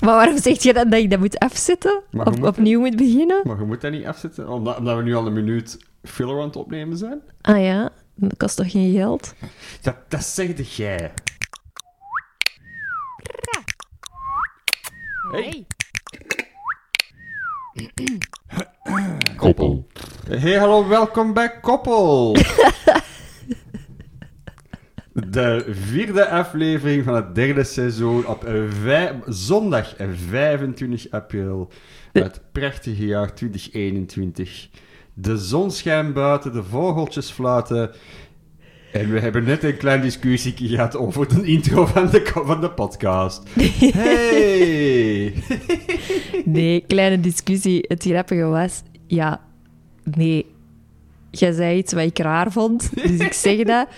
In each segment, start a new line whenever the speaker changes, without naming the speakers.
Maar waarom zeg je dan dat ik dat moet afzetten?
Maar je
Op-
moet-
opnieuw moet beginnen?
Maar je moet dat niet afzetten, omdat, omdat we nu al een minuut filler aan het opnemen zijn.
Ah ja, dat kost toch geen geld?
Dat, dat zegde jij. Hey.
Koppel.
Hey, hallo, welkom bij Koppel. De vierde aflevering van het derde seizoen op vij- zondag 25 april. Het prachtige jaar 2021. De zon schijnt buiten, de vogeltjes fluiten. En we hebben net een klein discussie gehad over de intro van de, ko- van de podcast. Hey!
Nee, kleine discussie. Het grappige was, ja, nee. Jij zei iets wat ik raar vond, dus ik zeg dat.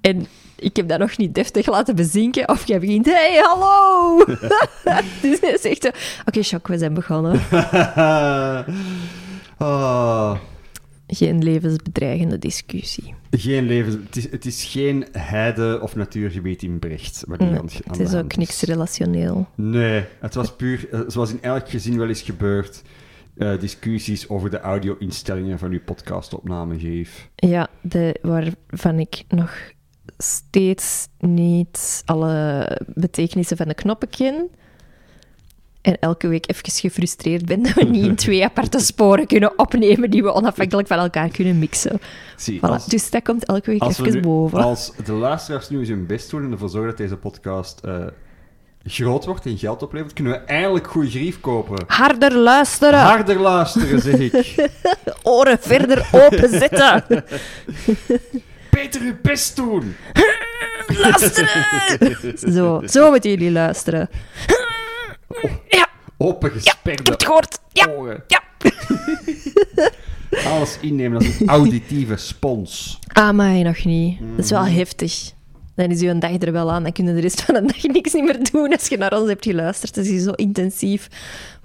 En ik heb dat nog niet deftig laten bezinken. Of jij begint, hey, hallo! dus hij zegt, zo, oké, shock, we zijn begonnen.
Ah.
Geen levensbedreigende discussie.
Geen leven. Het is, het is geen heide- of natuurgebied in Brecht. Wat hier aan aan
Het
de
is
hand
ook niks relationeel.
Nee, het was puur, eh, zoals in elk gezin wel eens gebeurt, eh, discussies over de audio-instellingen van uw podcastopname, Geef.
Ja, de, waarvan ik nog steeds niet alle betekenissen van de knoppen ken. En elke week even gefrustreerd ben dat we niet in twee aparte sporen kunnen opnemen die we onafhankelijk van elkaar kunnen mixen.
Zie,
Voilà. Dus dat komt elke week
als, we
even
nu-
boven.
als de luisteraars nu eens hun best doen en ervoor zorgen dat deze podcast eh, groot wordt en geld oplevert, kunnen we eindelijk goede grief kopen.
Harder luisteren,
Harder luisteren, zeg ik.
oren verder openzetten.
Peter, uw best doen!
luisteren! Zo, zo moeten jullie luisteren. Ja,
Open
heb
gesperde
het gehoord. Ja,
oren.
ja.
Alles innemen als een auditieve spons.
Amai, Ah, nog niet. Dat is wel
Mm.
heftig. Dan is uw dag er wel aan. Dan kun je de rest van de dag niks niet meer doen als je naar ons hebt geluisterd. Het is zo intensief.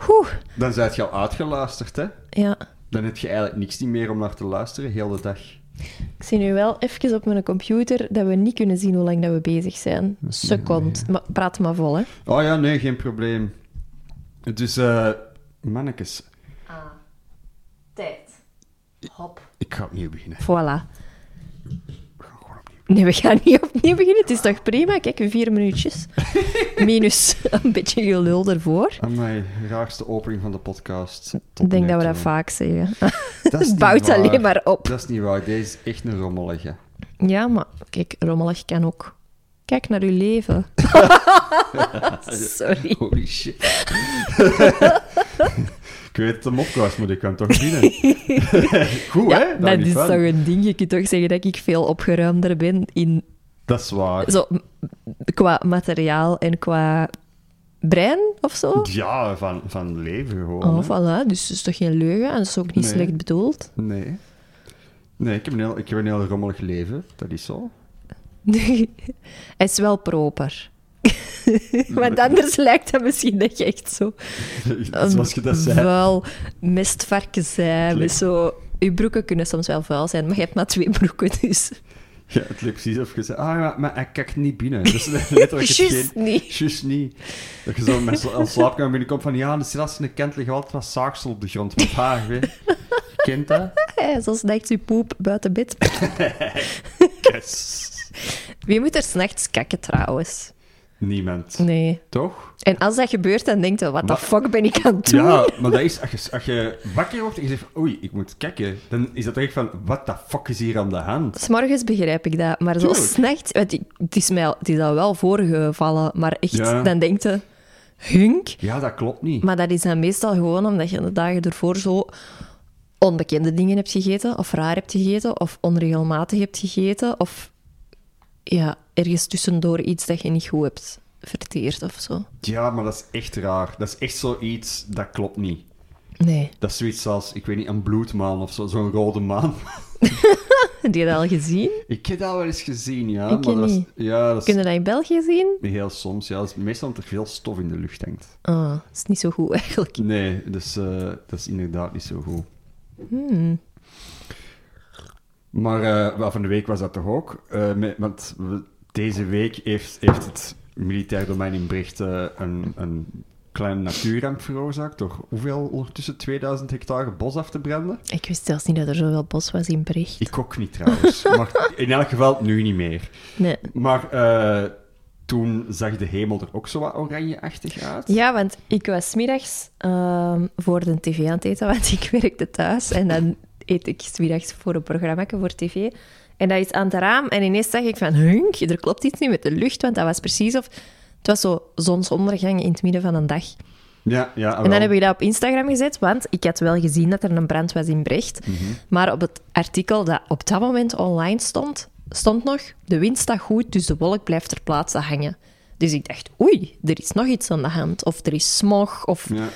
Oeh,
Dan zijt je al uitgeluisterd, hè?
ja.
Dan heb je eigenlijk niks niet meer om naar te luisteren, heel de dag.
Ik zie nu wel even op mijn computer dat we niet kunnen zien hoe lang dat we bezig zijn. Second. Maar praat maar vol, hè.
Oh ja, nee, geen probleem. Dus, eh mannetjes,
Ah, Tijd. Hop.
ik ga opnieuw beginnen.
Voilà.
We gaan gewoon opnieuw.
Nee, we gaan niet opnieuw beginnen. Het is toch prima? Kijk, vier minuutjes. Minus een beetje gelul ervoor.
Amai, raarste opening van de podcast. tot
Ik denk
nu
dat we dat
toe.
vaak zeggen.
Dat is
Het
niet
bouwt
waar.
alleen maar op.
Dat is niet waar, deze is echt een rommelige.
Ja, maar kijk, rommelig kan ook. Kijk naar uw leven. Sorry.
Holy shit. ik weet dat het een mop was, maar ik kan toch binnen. Goed, hè?
Ja, dat
niet
is
van.
toch een ding. Je kunt toch zeggen dat ik veel opgeruimder ben in,
Dat is waar.
zo, m- qua materiaal en qua brein of zo?
Ja, van, van leven gewoon.
Oh,
hè.
voilà. Dus dat is toch geen leugen en dat is ook niet
Nee.
slecht bedoeld.
Nee. Nee, ik heb, een heel, ik heb een heel rommelig leven, dat is zo.
Hij is wel proper. Want anders lijkt dat misschien dat je echt zo
Zoals je dat zei.
vuil mistvarken zijn.
Leuk.
met Zo, je broeken kunnen soms wel vuil zijn, maar je hebt maar twee broeken, dus...
Ja, het lukt precies of je zei, ah, maar, maar hij kijkt niet binnen. Dus letterlijk het
Juist
geen-
niet.
Juist niet. Dat je zo met sla- als slaapkamer binnenkomt van, ja, de silas in de kent liggen altijd wat zaagsel op de grond. Wat haar, hè. Je kent dat?
Hey, zo snijdt je poep buiten bed.
Yes.
Wie moet er s'nachts kakken trouwens?
Niemand.
Nee.
Toch?
En als dat gebeurt, dan denkt je, wat de
Wat?
fuck ben ik aan het doen?
Ja, maar dat is, als je, als je wakker wordt en je zegt, oei, ik moet kijken, dan is dat toch echt van, wat de fuck is hier aan de hand?
S'morgens begrijp ik dat, maar zo
Tuurlijk.
s'nachts... want ik- Het is mij al- het is al wel voorgevallen, maar echt,
Ja.
dan denkt je... Hunk?
Ja, dat klopt niet.
Maar dat is dan meestal gewoon omdat je de dagen ervoor zo onbekende dingen hebt gegeten, of raar hebt gegeten, of onregelmatig hebt gegeten, of ja, ergens tussendoor iets dat je niet goed hebt verteerd of zo.
Ja, maar dat is echt raar. Dat is echt zoiets, dat klopt niet.
Nee.
Dat is zoiets als, ik weet niet, een bloedmaan of zo, zo'n rode maan.
Heb je dat al gezien?
Ik heb dat wel eens gezien, ja.
Ik
maar dat is-
niet.
ja, dat is
Kun je dat in België zien?
heel soms. Ja, dat is meestal omdat er veel stof in de lucht hangt.
Ah, dat is niet zo goed eigenlijk.
Nee, dus, eh, dat is inderdaad niet zo goed.
Hmm.
Maar eh, wel, van de week was dat toch ook? Eh, met- want we- deze week heeft, heeft het militair domein in Bricht eh, een, een kleine natuurramp veroorzaakt door hoeveel ondertussen 2000 hectare bos af te branden.
Ik wist zelfs niet dat er zoveel bos was in Brecht.
Ik ook niet trouwens, maar in elk geval nu niet meer.
Nee.
Maar eh, toen zag de hemel er ook zo wat oranjeachtig uit.
Ja, want ik was 's middags ehm, voor de tv aan het eten, want ik werkte thuis. En dan eet ik 's middags voor een programma voor tv. En dat is aan het raam. En ineens zag ik van, hunk, er klopt iets niet met de lucht. Want dat was precies of... Het was zo zonsondergang in het midden van een dag.
Ja, ja,
En
wel.
dan heb ik dat op Instagram gezet, want ik had wel gezien dat er een brand was in Brecht.
Mhm.
Maar op het artikel dat op dat moment online stond, stond nog... De wind staat goed, dus de wolk blijft ter plaatse hangen. Dus ik dacht, oei, er is nog iets aan de hand. Of er is smog, of...
Ja,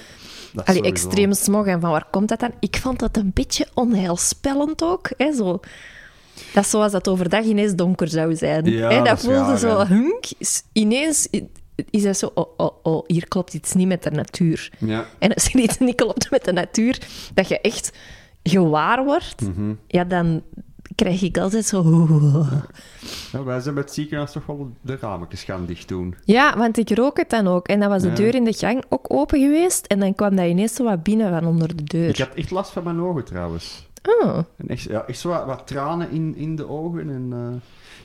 dat
Allee,
sowieso.
extreme smog, en van waar komt dat dan? Ik vond dat een beetje onheilspellend ook. Hè, zo. Dat is zoals dat overdag ineens donker zou zijn.
Ja,
hè, dat,
dat is
voelde
raar,
zo,
hè.
hunk, is- ineens i- is dat zo, oh, oh, oh, hier klopt iets niet met de natuur.
Ja.
En als er iets niet klopt met de natuur, dat je echt gewaar wordt,
Mhm.
ja, dan krijg ik altijd zo...
Ja, wij zijn bij het ziekenhuis toch wel de rametjes gaan dicht doen.
Ja, want ik rook het dan ook. En dan was de
Ja.
deur in de gang ook open geweest. En dan kwam dat ineens zo wat binnen van onder de deur.
Ik had echt last van mijn ogen trouwens.
Oh.
En echt, ja, echt zo wat, wat tranen in, in de ogen. En, eh,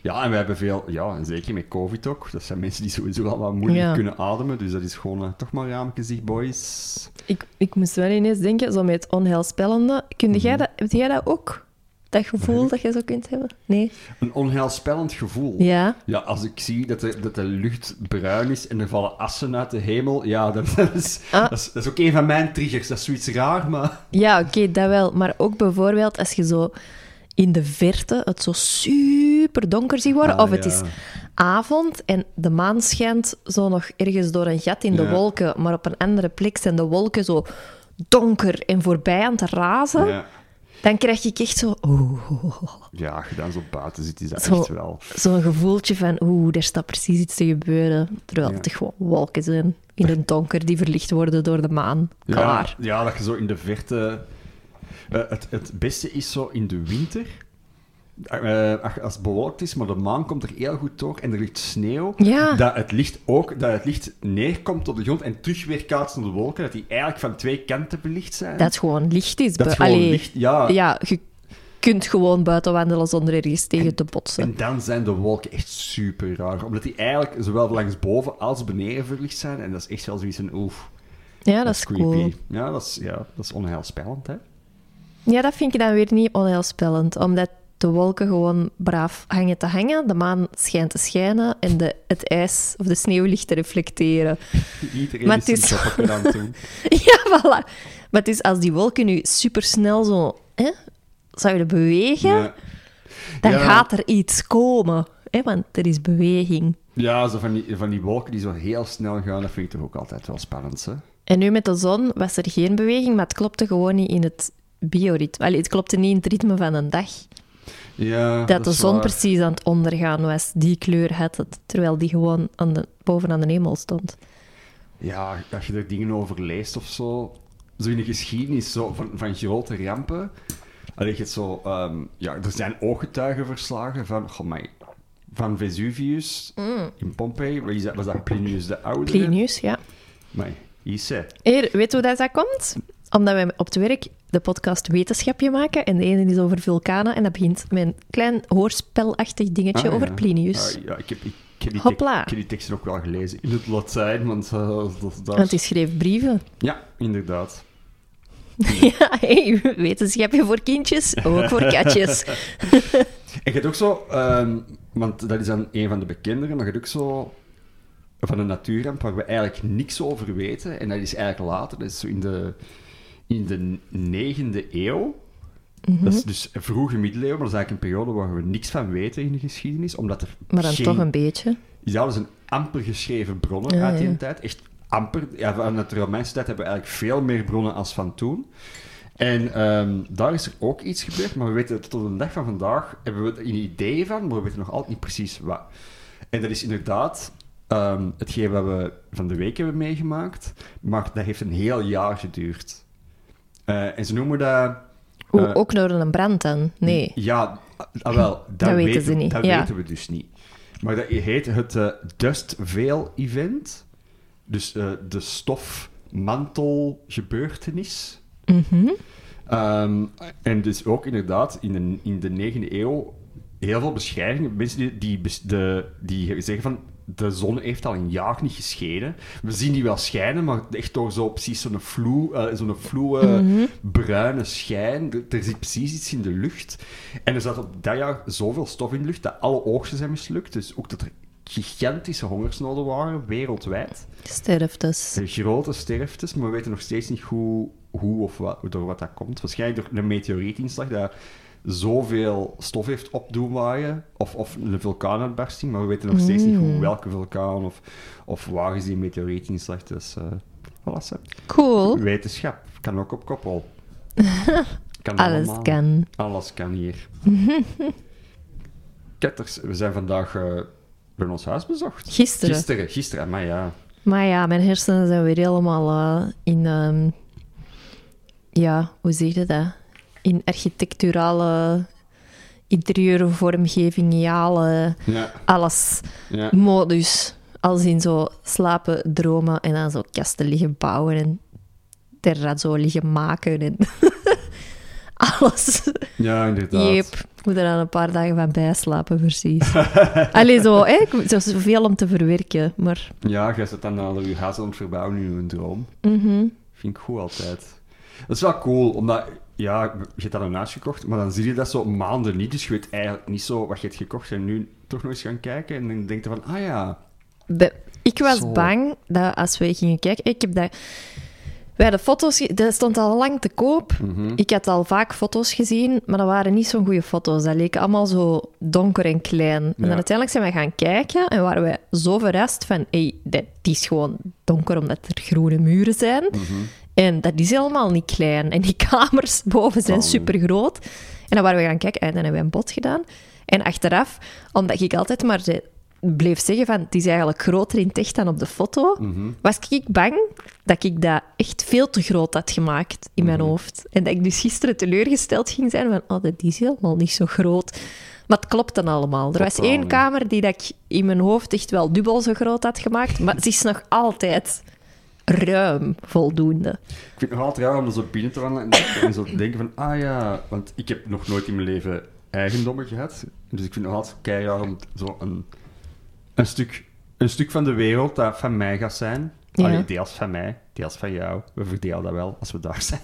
Ja, en we hebben veel, ja, en zeker met COVID ook. Dat zijn mensen die sowieso al wat moeilijk
Ja.
kunnen ademen. Dus dat is gewoon eh, toch maar rametjes dicht, boys.
Ik, ik moest wel ineens denken, zo met het onheilspellende.
Mhm.
Kun jij dat, heb jij dat ook? Dat gevoel dat je zo kunt hebben? Nee?
Een onheilspellend gevoel.
Ja.
Ja, als ik zie dat de, dat de lucht bruin is en er vallen assen uit de hemel, ja, dat, is,
Ah.
dat, is, dat is ook een van mijn triggers. Dat is zoiets raar, maar...
Ja, oké, dat wel. Maar ook bijvoorbeeld als je zo in de verte het zo super donker ziet worden.
Ah,
of het
ja.
is avond en de maan schijnt zo nog ergens door een gat in de
Ja.
wolken. Maar op een andere plek zijn de wolken zo donker en voorbij aan het razen.
Ja,
Dan krijg ik echt zo... oh, oh, oh, oh.
ja als je dan zo buiten zit, is dat
Zo.
echt wel...
Zo'n gevoeltje van, oeh, daar staat precies iets te gebeuren. Terwijl
Ja.
het gewoon wolken zijn in het donker die verlicht worden door de maan. Klaar.
Ja, ja, dat je zo in de verte... Eh, het, het beste is zo in de winter, eh, ach- als het bewolkt is, maar de maan komt er heel goed door en er ligt sneeuw,
Ja.
dat het licht ook, dat het licht neerkomt op de grond en terug weer kaatst naar de wolken, dat die eigenlijk van twee kanten belicht zijn.
Dat het gewoon licht is.
Dat
Be-
het gewoon
Allee,
licht- ja.
ja, je kunt gewoon buiten wandelen zonder ergens tegen te
En
botsen.
dan zijn de wolken echt super raar, omdat die eigenlijk zowel langs boven als beneden verlicht zijn en dat is echt wel zoiets een oef.
Ja, dat is
creepy.
cool.
Ja, dat is, ja, dat is onheilspellend, hè.
Ja, dat vind ik dan weer niet onheilspellend. Omdat de wolken gewoon braaf hangen te hangen. De maan schijnt te schijnen. En de, het ijs of de sneeuw ligt te reflecteren.
Iedereen
Maar
is
het
zijn
is-
job aan het doen.
Ja, voilà. Maar het is als die wolken nu supersnel zo hè, zouden bewegen,
Ja.
dan
Ja.
gaat er iets komen. Hè, want er is beweging.
Ja, zo van, die, van die wolken die zo heel snel gaan, dat vind ik toch ook altijd wel spannend, hè?
En nu met de zon was er geen beweging, maar het klopte gewoon niet in het bioritme. Allee, het klopte niet in het ritme van een dag.
Ja,
Dat, de zon precies aan het ondergaan was. Die kleur had het, terwijl die gewoon aan de, bovenaan de hemel stond.
Ja, als je er dingen over leest of zo, zo in de geschiedenis zo, van, van grote rampen, dan ligt het zo... ehm, ja, er zijn ooggetuigenverslagen van... Goh, mij, van Vesuvius in Pompeii. Wat is dat- Was dat Plinius de Oude?
Mm. Plinius, ja.
Maar, Ise.
Hier, weet je hoe dat, dat komt? Omdat wij op het werk de podcast Wetenschapje maken. En de ene is over vulkanen. En dat begint met een klein hoorspelachtig dingetje
Ah,
over
ja.
Plinius.
Ah, ja, ik heb, ik, ik heb die
Hopla.
tek- ik heb die teksten ook wel gelezen. In het Latijn, want... eh, dat, dat-
Want hij schreef brieven.
Ja, inderdaad.
Ja, hey, wetenschapje voor kindjes, ook voor katjes.
En je hebt ook zo, ehm, want dat is dan een van de bekenderen, maar je hebt ook zo van een natuurramp waar we eigenlijk niks over weten. En dat is eigenlijk later, dat is zo in de, in de negende eeuw.
Mhm.
Dat is dus een vroege middeleeuwen, maar dat is eigenlijk een periode waar we niks van weten in de geschiedenis. Omdat er
Maar dan
geen-
toch een beetje.
ja, dat zijn dus amper geschreven bronnen
Ja,
uit die
ja.
tijd. Echt amper. Ja, vanuit de Romeinse tijd hebben we eigenlijk veel meer bronnen als van toen. En ehm, daar is er ook iets gebeurd, maar we weten het tot de dag van vandaag hebben we er een idee van, maar we weten nog altijd niet precies wat. En dat is inderdaad ehm, hetgeen wat we van de week hebben meegemaakt, maar dat heeft een heel jaar geduurd. Eh, en ze noemen dat...
Oeh,
eh,
ook door een brand dan? Nee.
ja, ah, wel, dat,
Dat weten
weten,
ze niet,
Dat
ja.
weten we dus niet. Maar dat heet het eh Dust Veil Event. Dus eh, de stofmantelgebeurtenis.
Mhm.
Ehm, en dus ook inderdaad in de, in de 9e eeuw heel veel beschrijvingen. Mensen die, die, bes- de, die zeggen van. De zon heeft al een jaar niet geschenen. We zien die wel schijnen, maar echt door zo precies zo'n vloe, eh, zo'n vloe bruine schijn. Er- Er zit precies iets in de lucht. En er zat op dat jaar zoveel stof in de lucht dat alle oogsten zijn mislukt. Dus ook dat er gigantische hongersnoden waren wereldwijd.
Sterftes.
De grote sterftes, maar we weten nog steeds niet hoe, hoe of wat, door wat dat komt. Waarschijnlijk door een meteorietinslag dat zoveel stof heeft op doen waaien, of, of een vulkaanuitbarsting, maar we weten nog steeds niet
Hmm.
hoe, welke vulkaan of, of waar is die meteorietinslag. Dus eh voilà, zo.
Cool.
wetenschap kan ook op koppel. Kan
Alles
allemaal.
kan.
Alles kan hier. Ketters, we zijn vandaag eh, bij ons huis bezocht.
Gisteren.
Gisteren, gisteren, maar ja.
Maar ja, mijn hersenen zijn weer helemaal eh, in... ehm, ja, hoe zeg je dat? In architecturale, interieure vormgeving, jale,
Ja,
alles.
ja.
Modus. Als in zo slapen, dromen en dan zo kasten liggen bouwen en terrazzo liggen maken en alles.
Ja, inderdaad.
Jeep, ik moet er dan een paar dagen van bijslapen, precies. Allee, zo, hè? Ik- zo is veel om te verwerken, maar...
Ja, jij zit dan al je huis aan het verbouwen in een droom.
mhm.
Vind ik goed altijd. Dat is wel cool, omdat... Ja, je hebt dat een huis gekocht, maar dan zie je dat zo maanden niet. Dus je weet eigenlijk niet zo wat je hebt gekocht. En nu toch nog eens gaan kijken en dan denk je van... Ah ja,
Be- ik was
Zo.
bang dat als wij gingen kijken... Ik heb dat... Wij de foto's... ge- Dat stond al lang te koop.
Mhm.
Ik had al vaak foto's gezien, maar dat waren niet zo'n goede foto's. Dat leek allemaal zo donker en klein. En
Ja.
dan uiteindelijk zijn wij gaan kijken en waren wij zo verrast van... Hé, dat die is gewoon donker omdat er groene muren zijn.
Mhm.
En dat is helemaal niet klein. En die kamers boven zijn
Oh.
super groot. En dan waren we gaan kijken en dan hebben we een bod gedaan. En achteraf, omdat ik altijd maar ze- bleef zeggen van het is eigenlijk groter in het echt dan op de foto, was ik bang dat ik dat echt veel te groot had gemaakt in mijn hoofd. En dat ik dus gisteren teleurgesteld ging zijn van oh, dat is helemaal niet zo groot. Maar het klopt dan allemaal. Er was
Totaal
één
niet.
kamer die dat ik in mijn hoofd echt wel dubbel zo groot had gemaakt, maar het is nog altijd ruim voldoende.
ik vind het nog altijd raar om er zo binnen te wandelen en, en zo te denken van... Ah ja, want ik heb nog nooit in mijn leven eigendommen gehad. Dus ik vind het nog altijd keihard om zo een, een, stuk, een stuk van de wereld dat van mij gaat zijn.
Ja.
Allee, deels van mij, deels van jou. We verdelen dat wel als we daar zijn.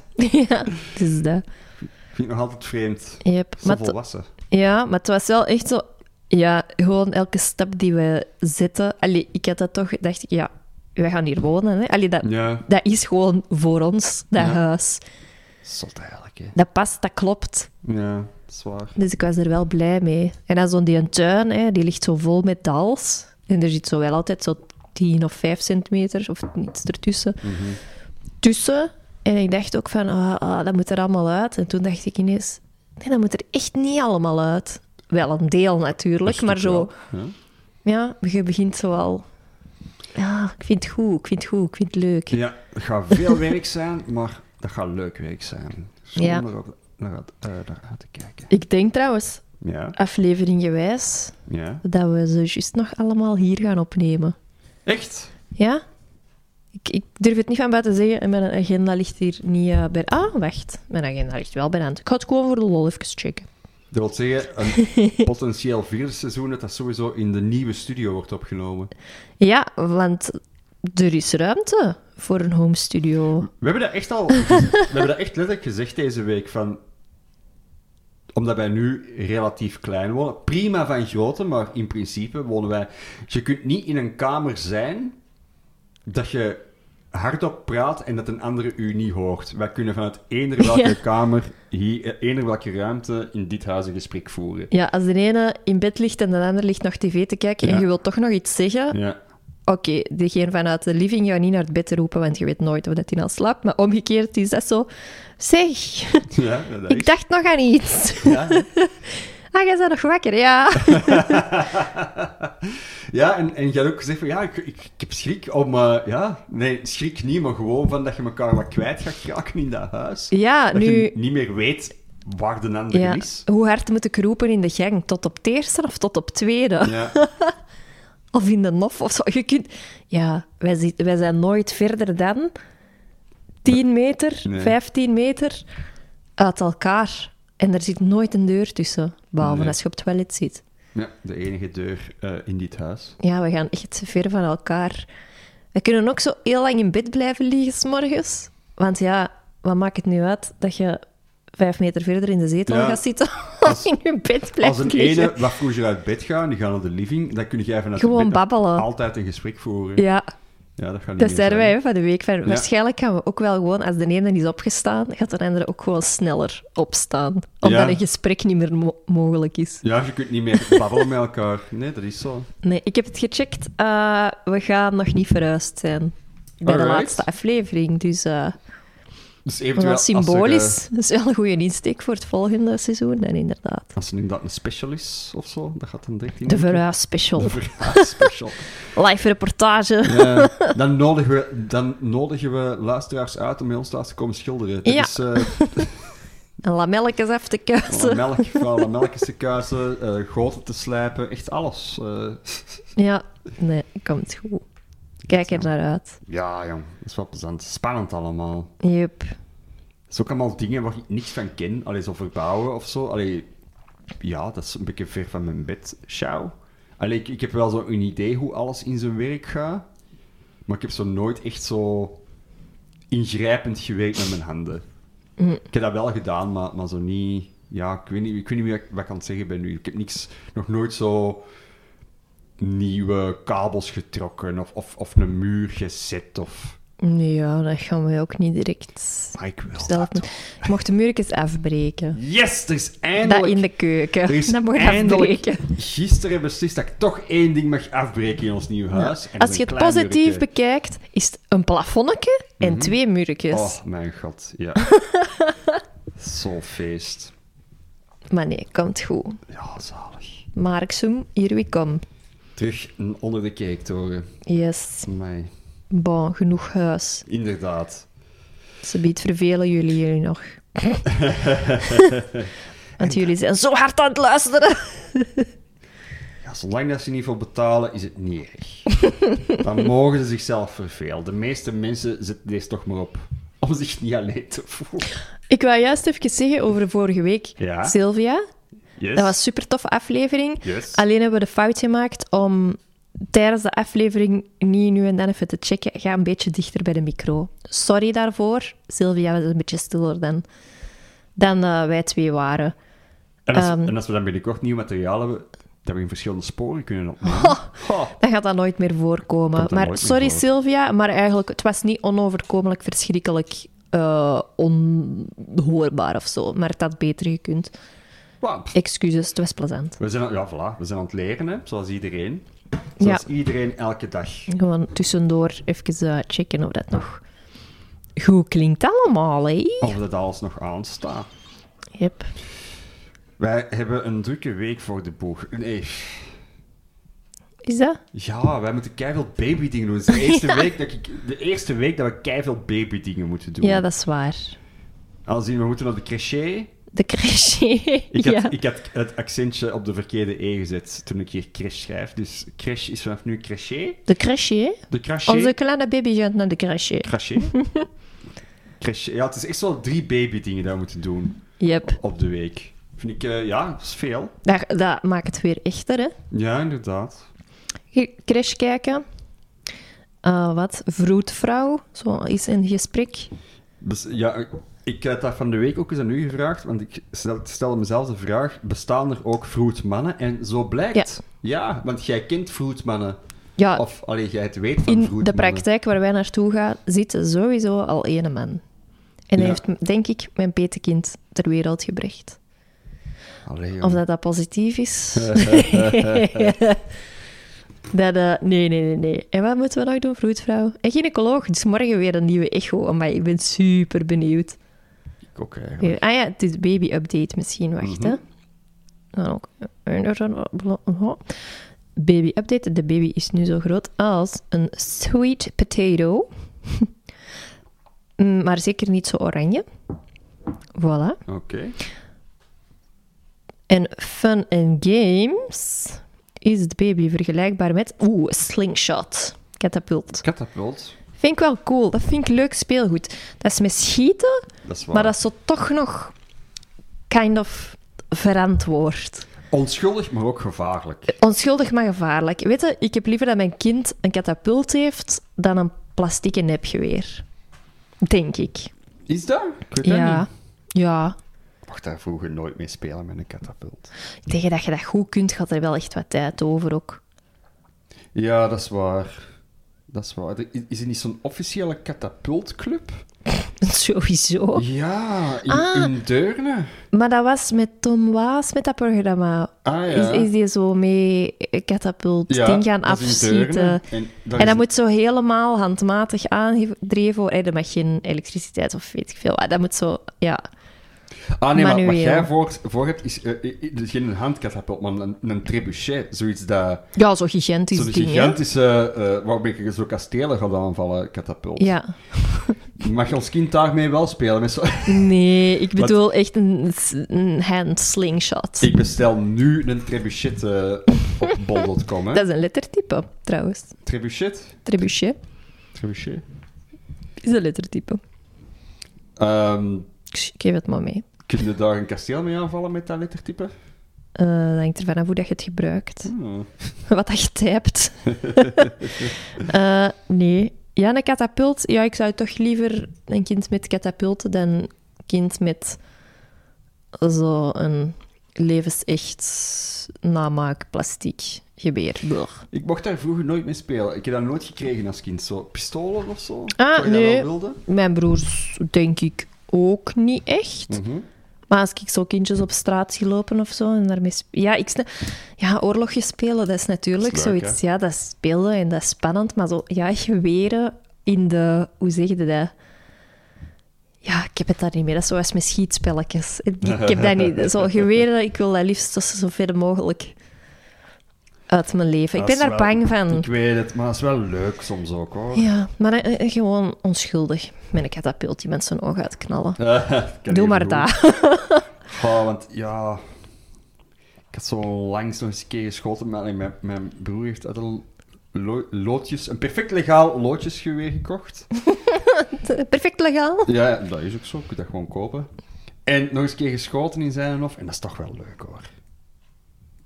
ja, dus dat.
Ik vind het nog altijd vreemd.
Yep.
Zo
Maar het-
volwassen.
Ja, maar het was wel echt zo... Ja, gewoon elke stap die we zetten... Allee, ik had dat toch... Dacht ik, ja, wij gaan hier wonen. Hè? Allee, dat,
Ja,
dat is gewoon voor ons, dat
Ja.
huis.
zot eigenlijk, hè.
Dat past, dat klopt.
Ja, zwaar.
Dus ik was er wel blij mee. En dan zo'n die tuin, hè, die ligt zo vol met dals. En er zit zo wel altijd zo 10 of 5 centimeter of iets ertussen.
Mhm.
Tussen. En ik dacht ook van, ah, ah, dat moet er allemaal uit. En toen dacht ik ineens, nee, dat moet er echt niet allemaal uit. Wel een deel natuurlijk, maar zo...
Ja.
Ja, je begint zo al. Ja, ik vind het goed, ik vind het goed, ik vind het leuk.
ja, het gaat veel werk zijn, maar dat gaat leuk werk zijn. Zonder op, naar, het- eh, naar uit te kijken.
Ik denk trouwens,
Ja,
afleveringgewijs,
ja.
dat we ze juist nog allemaal hier gaan opnemen.
Echt?
Ja? Ik, ik durf het niet van buiten zeggen en mijn agenda ligt hier niet eh, bij. Ah, wacht. Mijn agenda ligt wel bij de hand. Ik ga het gewoon voor de lol even checken.
Dat wil zeggen, een potentieel vierde seizoen dat dat sowieso in de nieuwe studio wordt opgenomen.
Ja, want er is ruimte voor een home studio.
We hebben dat echt al... we hebben dat echt letterlijk gezegd deze week, van... Omdat wij nu relatief klein wonen. Prima van grootte, maar in principe wonen wij... Je kunt niet in een kamer zijn dat je hardop praat en dat een andere u niet hoort. Wij kunnen vanuit eender welke
Ja.
kamer, hier, eh, eender welke ruimte in dit huis een gesprek voeren.
Ja, als de ene in bed ligt en de ander ligt nog tv te kijken
Ja.
en je wilt toch nog iets zeggen,
Ja.
Oké, degene vanuit de living gaat niet naar het bed roepen, want je weet nooit of dat hij al slaapt. Maar omgekeerd is dat zo. Zeg,
Ja, dat is...
ik dacht nog aan iets.
Ja.
Ah, jij bent nog wakker, ja.
Ja, en, en je had ook gezegd van ja, ik, ik, ik heb schrik om. eh, ja, nee, schrik niet, maar gewoon van dat je elkaar wat kwijt gaat raken in dat huis.
Ja,
dat
nu...
je niet meer weet waar de ander
Ja,
is.
hoe hard moet ik roepen in de gang? Tot op het eerste of tot op het tweede?
Ja.
Of in de nof of zo. Je kunt... Ja, wij, zit- wij zijn nooit verder dan 10 meter,
Nee.
15 meter uit elkaar. En er zit nooit een deur tussen, behalve
Nee.
als je op het toilet zit.
Ja, de enige deur eh, in dit huis.
Ja, we gaan echt ver van elkaar. We kunnen ook zo heel lang in bed blijven liggen s'morgens. Want ja, wat maakt het nu uit dat je vijf meter verder in de zetel
Ja.
gaat zitten
Als-
als in je bed
Als
blijft
een
liggen?
ene wat vroeger uit bed gaan, die gaan naar de living, dan kun je even naar
Gewoon
bed nog
babbelen.
altijd een gesprek voeren. Ja,
Ja,
dat gaat niet
dat
meer
zeiden wij
zijn.
hè, van de week. Van, Waarschijnlijk gaan we ook wel gewoon, als de ene is opgestaan, gaat de andere ook gewoon sneller opstaan. Omdat
Ja.
een gesprek niet meer mo- mogelijk is.
Ja, je kunt niet meer babbelen met elkaar. Nee, dat is zo.
Nee, ik heb het gecheckt. Eh, we gaan nog niet verhuisd zijn bij de
Alright.
laatste aflevering. Dus... eh,
Dus
Dat
eventueel,
was
als er, eh,
symbolisch. Dat is wel een goede insteek voor het volgende seizoen, en inderdaad.
Als er inderdaad een special is of zo, dat gaat dan direct in.
De verhuisspecial.
De verhuisspecial.
Live reportage.
Ja, Eh, dan, nodigen we, dan nodigen we luisteraars uit om bij ons thuis te komen schilderen. Dat
Ja.
is eh,
Een lamelletjes af te
van
kuisen.
melk, van melkjes te kuisen, eh, goten te slijpen, echt alles. eh.
Ja, nee, komt goed. Kijk er naar uit.
ja, jong, dat is wel plezant. Spannend allemaal.
Yep.
Het is ook allemaal dingen waar ik niks van ken. Allee, zo verbouwen of zo. Allee, ja, dat is een beetje ver van mijn bed. Ciao. Allee, ik, ik heb wel zo'n idee hoe alles in zijn werk gaat. Maar ik heb zo nooit echt zo ingrijpend gewerkt met mijn handen.
Mm.
Ik heb dat wel gedaan, maar, maar zo niet... Ja, ik weet niet, ik weet niet meer wat ik aan het zeggen ben nu. Ik heb niks, nog nooit zo nieuwe kabels getrokken of, of, of een muur gezet. Of...
Nee, Ja, dat gaan we ook niet direct
Maar ik wil
zelf
dat.
doen. Je mocht de muurtjes afbreken.
Yes, er is eindelijk...
Dat in de
Er is
keuken. Dat mocht je
eindelijk
afbreken.
gisteren beslist dat ik toch één ding mag afbreken in ons nieuwe huis. En dat
Als
is
je
een
het
klein
positief
muurtje. Mhm.
bekijkt, is het een plafonnetje en twee muurtjes.
Oh, mijn god, ja. Zo'n feest.
Maar nee, komt goed.
Ja, zalig.
Marksum, hier we kom.
Terug onder de kerktoren.
Yes.
Amai.
Bon, genoeg huis.
Inderdaad.
Ze biedt vervelen jullie hier nog. Want jullie zijn zo hard aan het luisteren.
Ja, zolang dat ze niet voor betalen, is het niet erg. Dan mogen ze zichzelf vervelen. De meeste mensen zetten deze toch maar op. Om zich niet alleen te voelen.
Ik wou juist even zeggen over vorige week.
Ja?
Sylvia,
Yes.
dat was een super toffe aflevering.
Yes.
Alleen hebben we de fout gemaakt om tijdens de aflevering niet nu en dan even te checken. Ga een beetje dichter bij de micro. Sorry daarvoor. Sylvia was een beetje stiller dan, dan eh, wij twee waren.
en, als,
ehm,
en als we dan binnenkort nieuw materiaal hebben, dat we in verschillende sporen kunnen opnemen. Ha.
Dan gaat dat nooit meer voorkomen.
Komt er
Maar
nooit meer
sorry
voor.
Sylvia, maar eigenlijk, het was niet onoverkomelijk verschrikkelijk eh, onhoorbaar of zo. Maar het had beter gekund.
Wap.
Excuses, het was plezant.
We zijn, aan- ja, voilà. we zijn aan het leren, hè, zoals iedereen. Zoals iedereen elke dag.
Gewoon tussendoor even eh, checken of dat nog goed klinkt allemaal, hè?
Of dat alles nog aanstaat.
Yep.
Wij hebben een drukke week voor de boeg. Nee.
Is dat?
Ja, wij moeten keiveel babydingen doen. Het is de eerste, week dat ik, de eerste week dat we keiveel babydingen moeten doen.
Ja, dat is waar.
Al zien we moeten naar de crèche.
De crèche.
Ik had,
ja.
ik had het accentje op de verkeerde E gezet toen ik hier crèche schrijf. Dus crèche is vanaf nu crèche.
De crèche, hè?
De crèche.
Onze kleine baby gaat naar de crèche.
Crèche. crèche. Ja, het is echt wel drie babydingen dat we moeten doen
Yep.
op de week. Vind ik, eh, ja, dat is veel.
Dat, dat maakt het weer echter, hè?
Ja, inderdaad.
Hier, Crash kijken. Eh, wat? Vroedvrouw. Zo is in gesprek.
Dus, ja, ik heb dat van de week ook eens aan u gevraagd, want ik stel- stelde mezelf de vraag, bestaan er ook vroedmannen? En zo blijkt. Ja, want jij kent vroedmannen.
Ja,
Of, allee, jij het weet van
Ah. in de
vroedmannen.
praktijk waar wij naartoe gaan, zit sowieso al ene man. En
Ja.
hij heeft, denk ik, mijn petekind ter wereld gebracht.
Allee, jong.
Of dat dat positief is? dat, eh, nee, nee, nee, nee. En wat moeten we nog doen, vroedvrouw? En gynaecoloog. Dus morgen weer een nieuwe echo. Maar ik ben super benieuwd.
Ik ook eigenlijk.
Ja, ah ja, het is baby-update misschien, wacht hè. Dan ook. eh, Baby-update, de baby is nu zo groot als een sweet potato. Mm, maar zeker niet zo oranje. Voilà.
Oké.
En fun and games Is het baby vergelijkbaar met... Oeh, slingshot. Catapult.
Katapult.
Vind ik wel cool. Dat vind ik leuk speelgoed. Dat is met schieten,
Dat is waar.
maar dat is zo toch nog kind of verantwoord.
Onschuldig, maar ook gevaarlijk.
Onschuldig, maar gevaarlijk. Weet je, ik heb liever dat mijn kind een katapult heeft dan een plastieke nepgeweer. Denk ik.
Is dat? Ik weet dat
Ja.
niet.
Ja.
Ik mocht daar vroeger nooit mee spelen met een katapult.
Tegen dat je dat goed kunt, gaat er wel echt wat tijd over ook.
Ja, dat is waar. Dat is waar. Er- Is er niet zo'n officiële katapultclub?
Sowieso.
Ja, in,
Oh. Ah.
in Deurne.
Maar dat was met Tom Waas, met dat programma.
Ah ja.
Is, is die zo mee een katapult
ja,
ding gaan
dat is in Deurne.
afschieten.
En, daar
En
is-
dat moet zo helemaal handmatig aangedreven worden. Er mag geen elektriciteit of weet ik veel. wat. Dat moet zo, ja.
Ah nee, maar wat
manueel.
jij voor, voor hebt is eh, eh, eh, dus geen handkatapult, maar een, een trebuchet. Zoiets dat...
Ja, zo gigantisch
Zo'n
ding, hè.
gigantische, eh waarmee je zo kastelen gaat aanvallen, katapult.
Ja.
Je Mag ons kind daarmee wel spelen? Met zo...
Nee, ik bedoel echt een, een hand slingshot.
Ik bestel nu een trebuchet eh, op, op bol.com. hè.
Dat is een lettertype, trouwens.
Trebuchet?
Trebuchet
Trebuchet.
is een lettertype.
Ehm
Ik geef het maar mee.
kun je daar een kasteel mee aanvallen met dat lettertype?
Eh, dat hangt ervan af hoe dat je het gebruikt.
Hmm.
Wat dat je typt. Eh, nee. Ja, een katapult. Ja, ik zou toch liever een kind met katapulten dan een kind met zo'n levensecht namaakplastiek geweer. Blech.
Ik mocht daar vroeger nooit mee spelen. Ik heb dat nooit gekregen als kind. Zo, pistolen of zo?
Ah,
dat je dat
nee.
wel wilde?
Mijn broers denk ik ook niet echt.
Mhm.
Maar als ik zo kindjes op straat zie lopen of zo en daarmee... sp- Ja, ik snap... Ja, oorlogjes spelen, dat is natuurlijk
Dat is leuk,
zoiets. Ja, dat is spelen en dat is spannend. Maar zo, ja, geweren in de... Hoe zeg je dat? Ja, ik heb het daar niet meer. Dat is zoals met schietspelletjes. Ik ik heb dat niet. Zo geweren, ik wil dat liefst zo zo ver mogelijk uit mijn leven. Ik
Dat
ben
is
daar
wel-
bang van.
Ik weet het, maar dat is wel leuk soms ook hoor.
Ja, maar eh, eh, gewoon onschuldig. Met een katapult die mensen ogen uitknallen.
Ik
Doe
ken die
maar
van
dat.
goed. Ah, want ja. Ik had zo langs nog eens een keer geschoten, maar mijn, mijn broer heeft uit een lo- loodjes, een perfect legaal loodjesgeweer gekocht.
Perfect legaal.
Ja, ja, dat is ook zo. Je kunt dat gewoon kopen. En nog eens een keer geschoten in zijn hof. En dat is toch wel leuk hoor.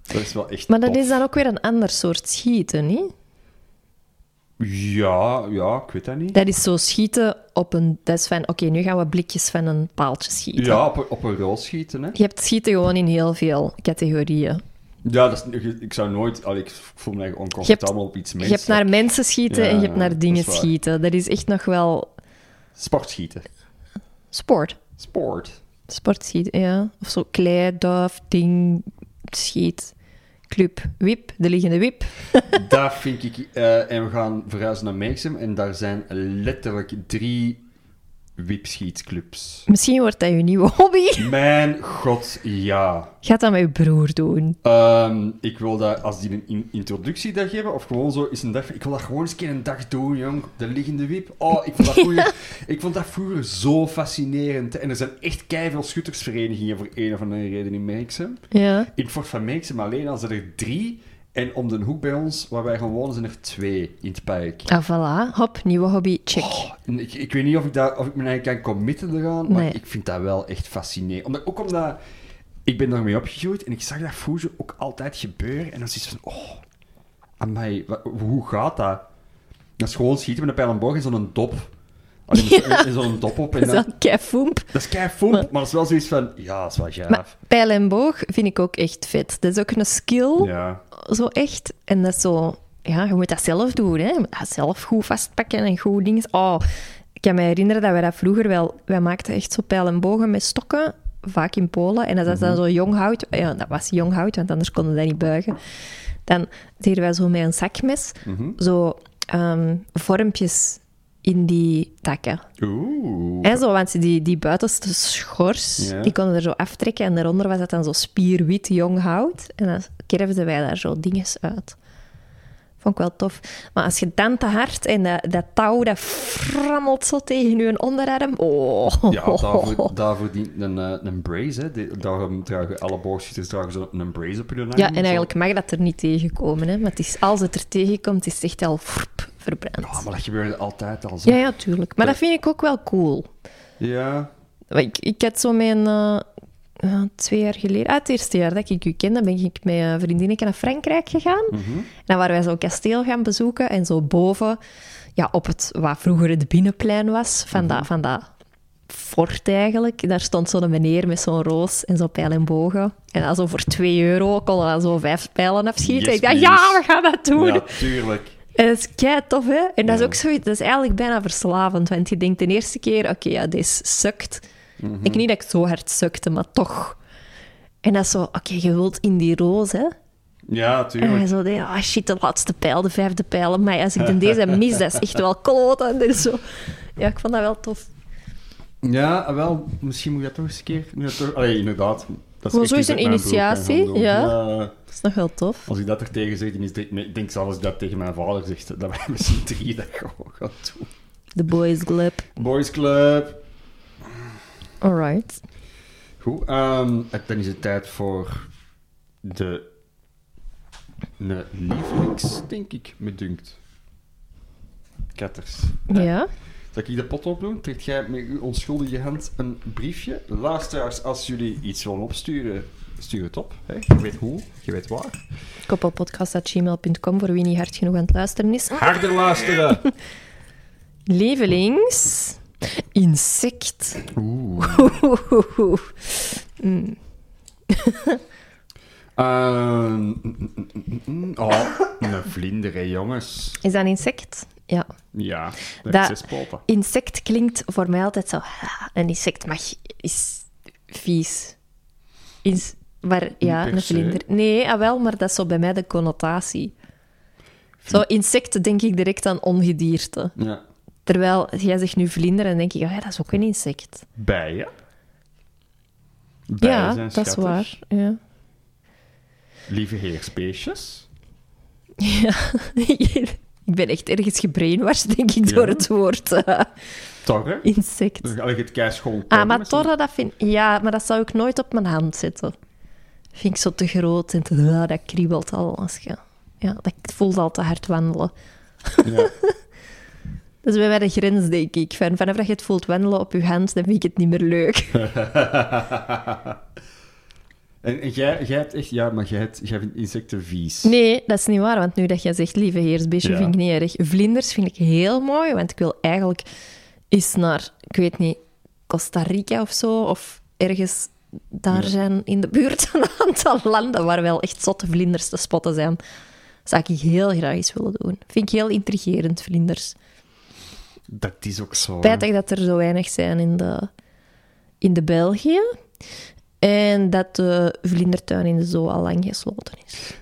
Dat is wel echt.
Maar dat
tof.
is dan ook weer een ander soort schieten, niet?
Ja, ja, ik weet dat niet.
Dat is zo schieten op een... Dat is van, oké, nu gaan we blikjes van een paaltje schieten.
Ja, op, een- op een rol schieten hè.
Je hebt schieten gewoon in heel veel categorieën.
Ja, dat is, ik zou nooit. Al, ik voel me eigenlijk oncomfortabel op iets
Je
mensen.
hebt naar mensen schieten
Ja,
en je hebt
dat
naar
is
dingen
waar.
schieten. Dat is echt nog wel
Sportschieten.
sport.
Sport.
Sportschieten, ja. Of zo klei, duif, ding, schiet, club, wip, de liggende wip.
Daar vind ik... eh, en we gaan verhuizen naar Meeksem. En daar zijn letterlijk drie wipschietclubs.
Misschien wordt dat je nieuwe hobby.
Mijn god, ja.
Ga dat met je broer doen.
Ehm, ik wil dat, als die een in- introductiedag hebben, of gewoon zo is een dag... Ik wil dat gewoon eens een keer een dag doen, jong. De liggende wiep. Oh, ik vond dat vroeger, ik vond dat vroeger zo fascinerend. En er zijn echt keiveel schuttersverenigingen voor een of andere reden in Meeksem.
Ja.
In Fort van Meeksem alleen al zijn er drie. En om de hoek bij ons, waar wij gewoon wonen, zijn er twee in het park.
Ah, voilà. Hop, nieuwe hobby, check.
Oh, en ik, ik weet niet of ik, daar, of ik me eigenlijk kan committen eraan, maar
Nee.
ik vind dat wel echt fascinerend. Omdat, ook omdat ik ben daarmee opgegroeid en ik zag dat vroeger ook altijd gebeuren. En dan is het van, oh, amai, wa- hoe gaat dat? Dat is gewoon schieten met een pijl en boog en zo'n dop. Allee, met zo- en zo'n dop op. En
Dat is wel
dan,
een keifoemp.
dat is kei foemp, maar dat is wel zoiets van, ja, dat is wel gaaf.
Maar pijl en boog vind ik ook echt vet. Dat is ook een skill,
ja.
zo echt. En dat is zo... Ja, je moet dat zelf doen, hè. Je moet dat zelf goed vastpakken en goed dingen... Oh, ik kan me herinneren dat wij dat vroeger wel... Wij maakten echt zo pijl en bogen met stokken, vaak in Polen. En als dat
Mhm.
dan zo jong hout... Ja, dat was jong hout, want anders konden we dat niet buigen. Dan deden wij zo met een zakmes
Mhm.
zo ehm, vormpjes in die takken.
Oeh.
En zo, want die, die buitenste schors,
Ja.
die konden er zo aftrekken. En daaronder was dat dan zo spierwit jong hout. En dan kerfden wij daar zo dinges uit. Vond ik wel tof. Maar als je dan te hard en dat, dat touw dat frammelt zo tegen je onderarm. Oh.
Ja, daarvoor, daarvoor dient een, eh, een brace. Hè. Die- daarom dragen alle boogschutters dragen zo een brace op hun arm.
Ja, en
Zo.
eigenlijk mag dat er niet tegenkomen. Hè? Maar het is, als het er tegenkomt, is het echt al frp, verbrand.
Ja, Ah, maar dat gebeurde altijd al zo.
Ja, ja, tuurlijk. Maar dat vind ik ook wel cool.
Ja.
Want Ik, ik had zo mijn... eh, eh, twee jaar geleden, ah, het eerste jaar dat ik u kende, ben ik met eh, vriendinnetje naar Frankrijk gegaan.
Mhm.
En dan waren wij zo'n kasteel gaan bezoeken. En zo boven, ja, op het, wat vroeger het binnenplein was, van,
Mhm.
dat, van dat fort eigenlijk. Daar stond zo'n meneer met zo'n roos en zo'n pijl en bogen. En dan zo voor 2 euro konden we dan zo vijf pijlen afschieten.
Yes,
ik dacht,
please.
ja, we gaan dat doen.
ja, tuurlijk.
En dat is kei tof, hè? En dat is
Ja.
ook zoiets, dat is eigenlijk bijna verslavend. Want je denkt de eerste keer, oké, ja, deze sukt.
Mhm.
Ik niet dat ik zo hard sukte, maar toch. En dat is zo, oké, je wilt in die roos, hè?
Ja,
En hij
tuurlijk.
zo, ah shit, de laatste pijl, de vijfde pijl. Maar als ik dan deze mis, dat is echt wel kloten. En zo. Ja, ik vond dat wel tof. Eh.
Ja, ah, wel, misschien moet je dat toch eens een keer... Moet je dat toch... Allee, inderdaad. Dat is
Maar
echt
zo is
iets
een
uit mijn broek kan gaan
initiatie,
doen.
ja. Dat is nog wel tof.
Als ik dat er tegen zeg, dan is het... Ik denk zelfs als ik dat tegen mijn vader zeg, dat wij misschien drie dat gewoon gaan doen.
The Boys Club.
Boys Club.
Alright.
Goed, ehm, het- dan is het tijd voor de, de lievelings, denk ik, me dunkt. Ketters.
Ja.
Zal ik de pot opdoen? Trekt jij met uw onschuldige hand een briefje? Luisteraars, als jullie iets willen opsturen, stuur het op. Hè? Je weet hoe, je weet waar.
Koppelpodcast.gmail.com voor wie niet hard genoeg aan het luisteren is.
Harder luisteren!
Levelings. Insect.
Oeh.
Oeh.
Ehm, mm, mm, mm, mm, mm. oh, een vlinder, hè, jongens.
Is dat een insect? Ja.
Ja, dat
Dat-
is zes poten.
Insect klinkt voor mij altijd zo. "Ah, Een insect mag, is vies. Ins, maar ja,
per
een
se.
vlinder. Nee, ah, wel, maar dat is zo bij mij de connotatie. Zo, insect denk ik direct aan ongedierte.
Ja.
Terwijl jij zegt nu vlinder en denk ik, oh ja, dat is ook een insect.
Bijen. Bijen
Ja,
zijn
dat is
schattig.
waar. Ja.
Lieve heerspeesjes.
ik ben echt ergens gebrainwashed, denk ik,
Ja?
door het woord eh,
Torren.
insect.
Dan ga ik het keischoon
Ah, maar torren, dat vind Ja, maar dat zou ik nooit op mijn hand zetten. Vind ik zo te groot en te... ah, dat kriebelt al als je... Ja, dat voelt al te hard wandelen. Dus
Ja.
Dat is bij mij de grens, denk ik. Van, vanaf dat je het voelt wandelen op je hand, dan vind ik het niet meer leuk.
en en jij, jij hebt echt... Ja, maar jij, hebt, jij vindt insecten vies.
Nee, dat is niet waar, want nu dat jij zegt, lieve heersbeestje,
Ja.
vind ik niet erg. Vlinders vind ik heel mooi, want ik wil eigenlijk eens naar, ik weet niet, Costa Rica of zo, of ergens daar zijn in de buurt een aantal landen waar wel echt zotte vlinders te spotten zijn. Zou ik heel graag eens willen doen. Vind ik heel intrigerend, vlinders.
Dat is ook zo. hè.
Spijtig dat er zo weinig zijn in de, in de België. En dat de vlindertuin in de zoo al lang gesloten is.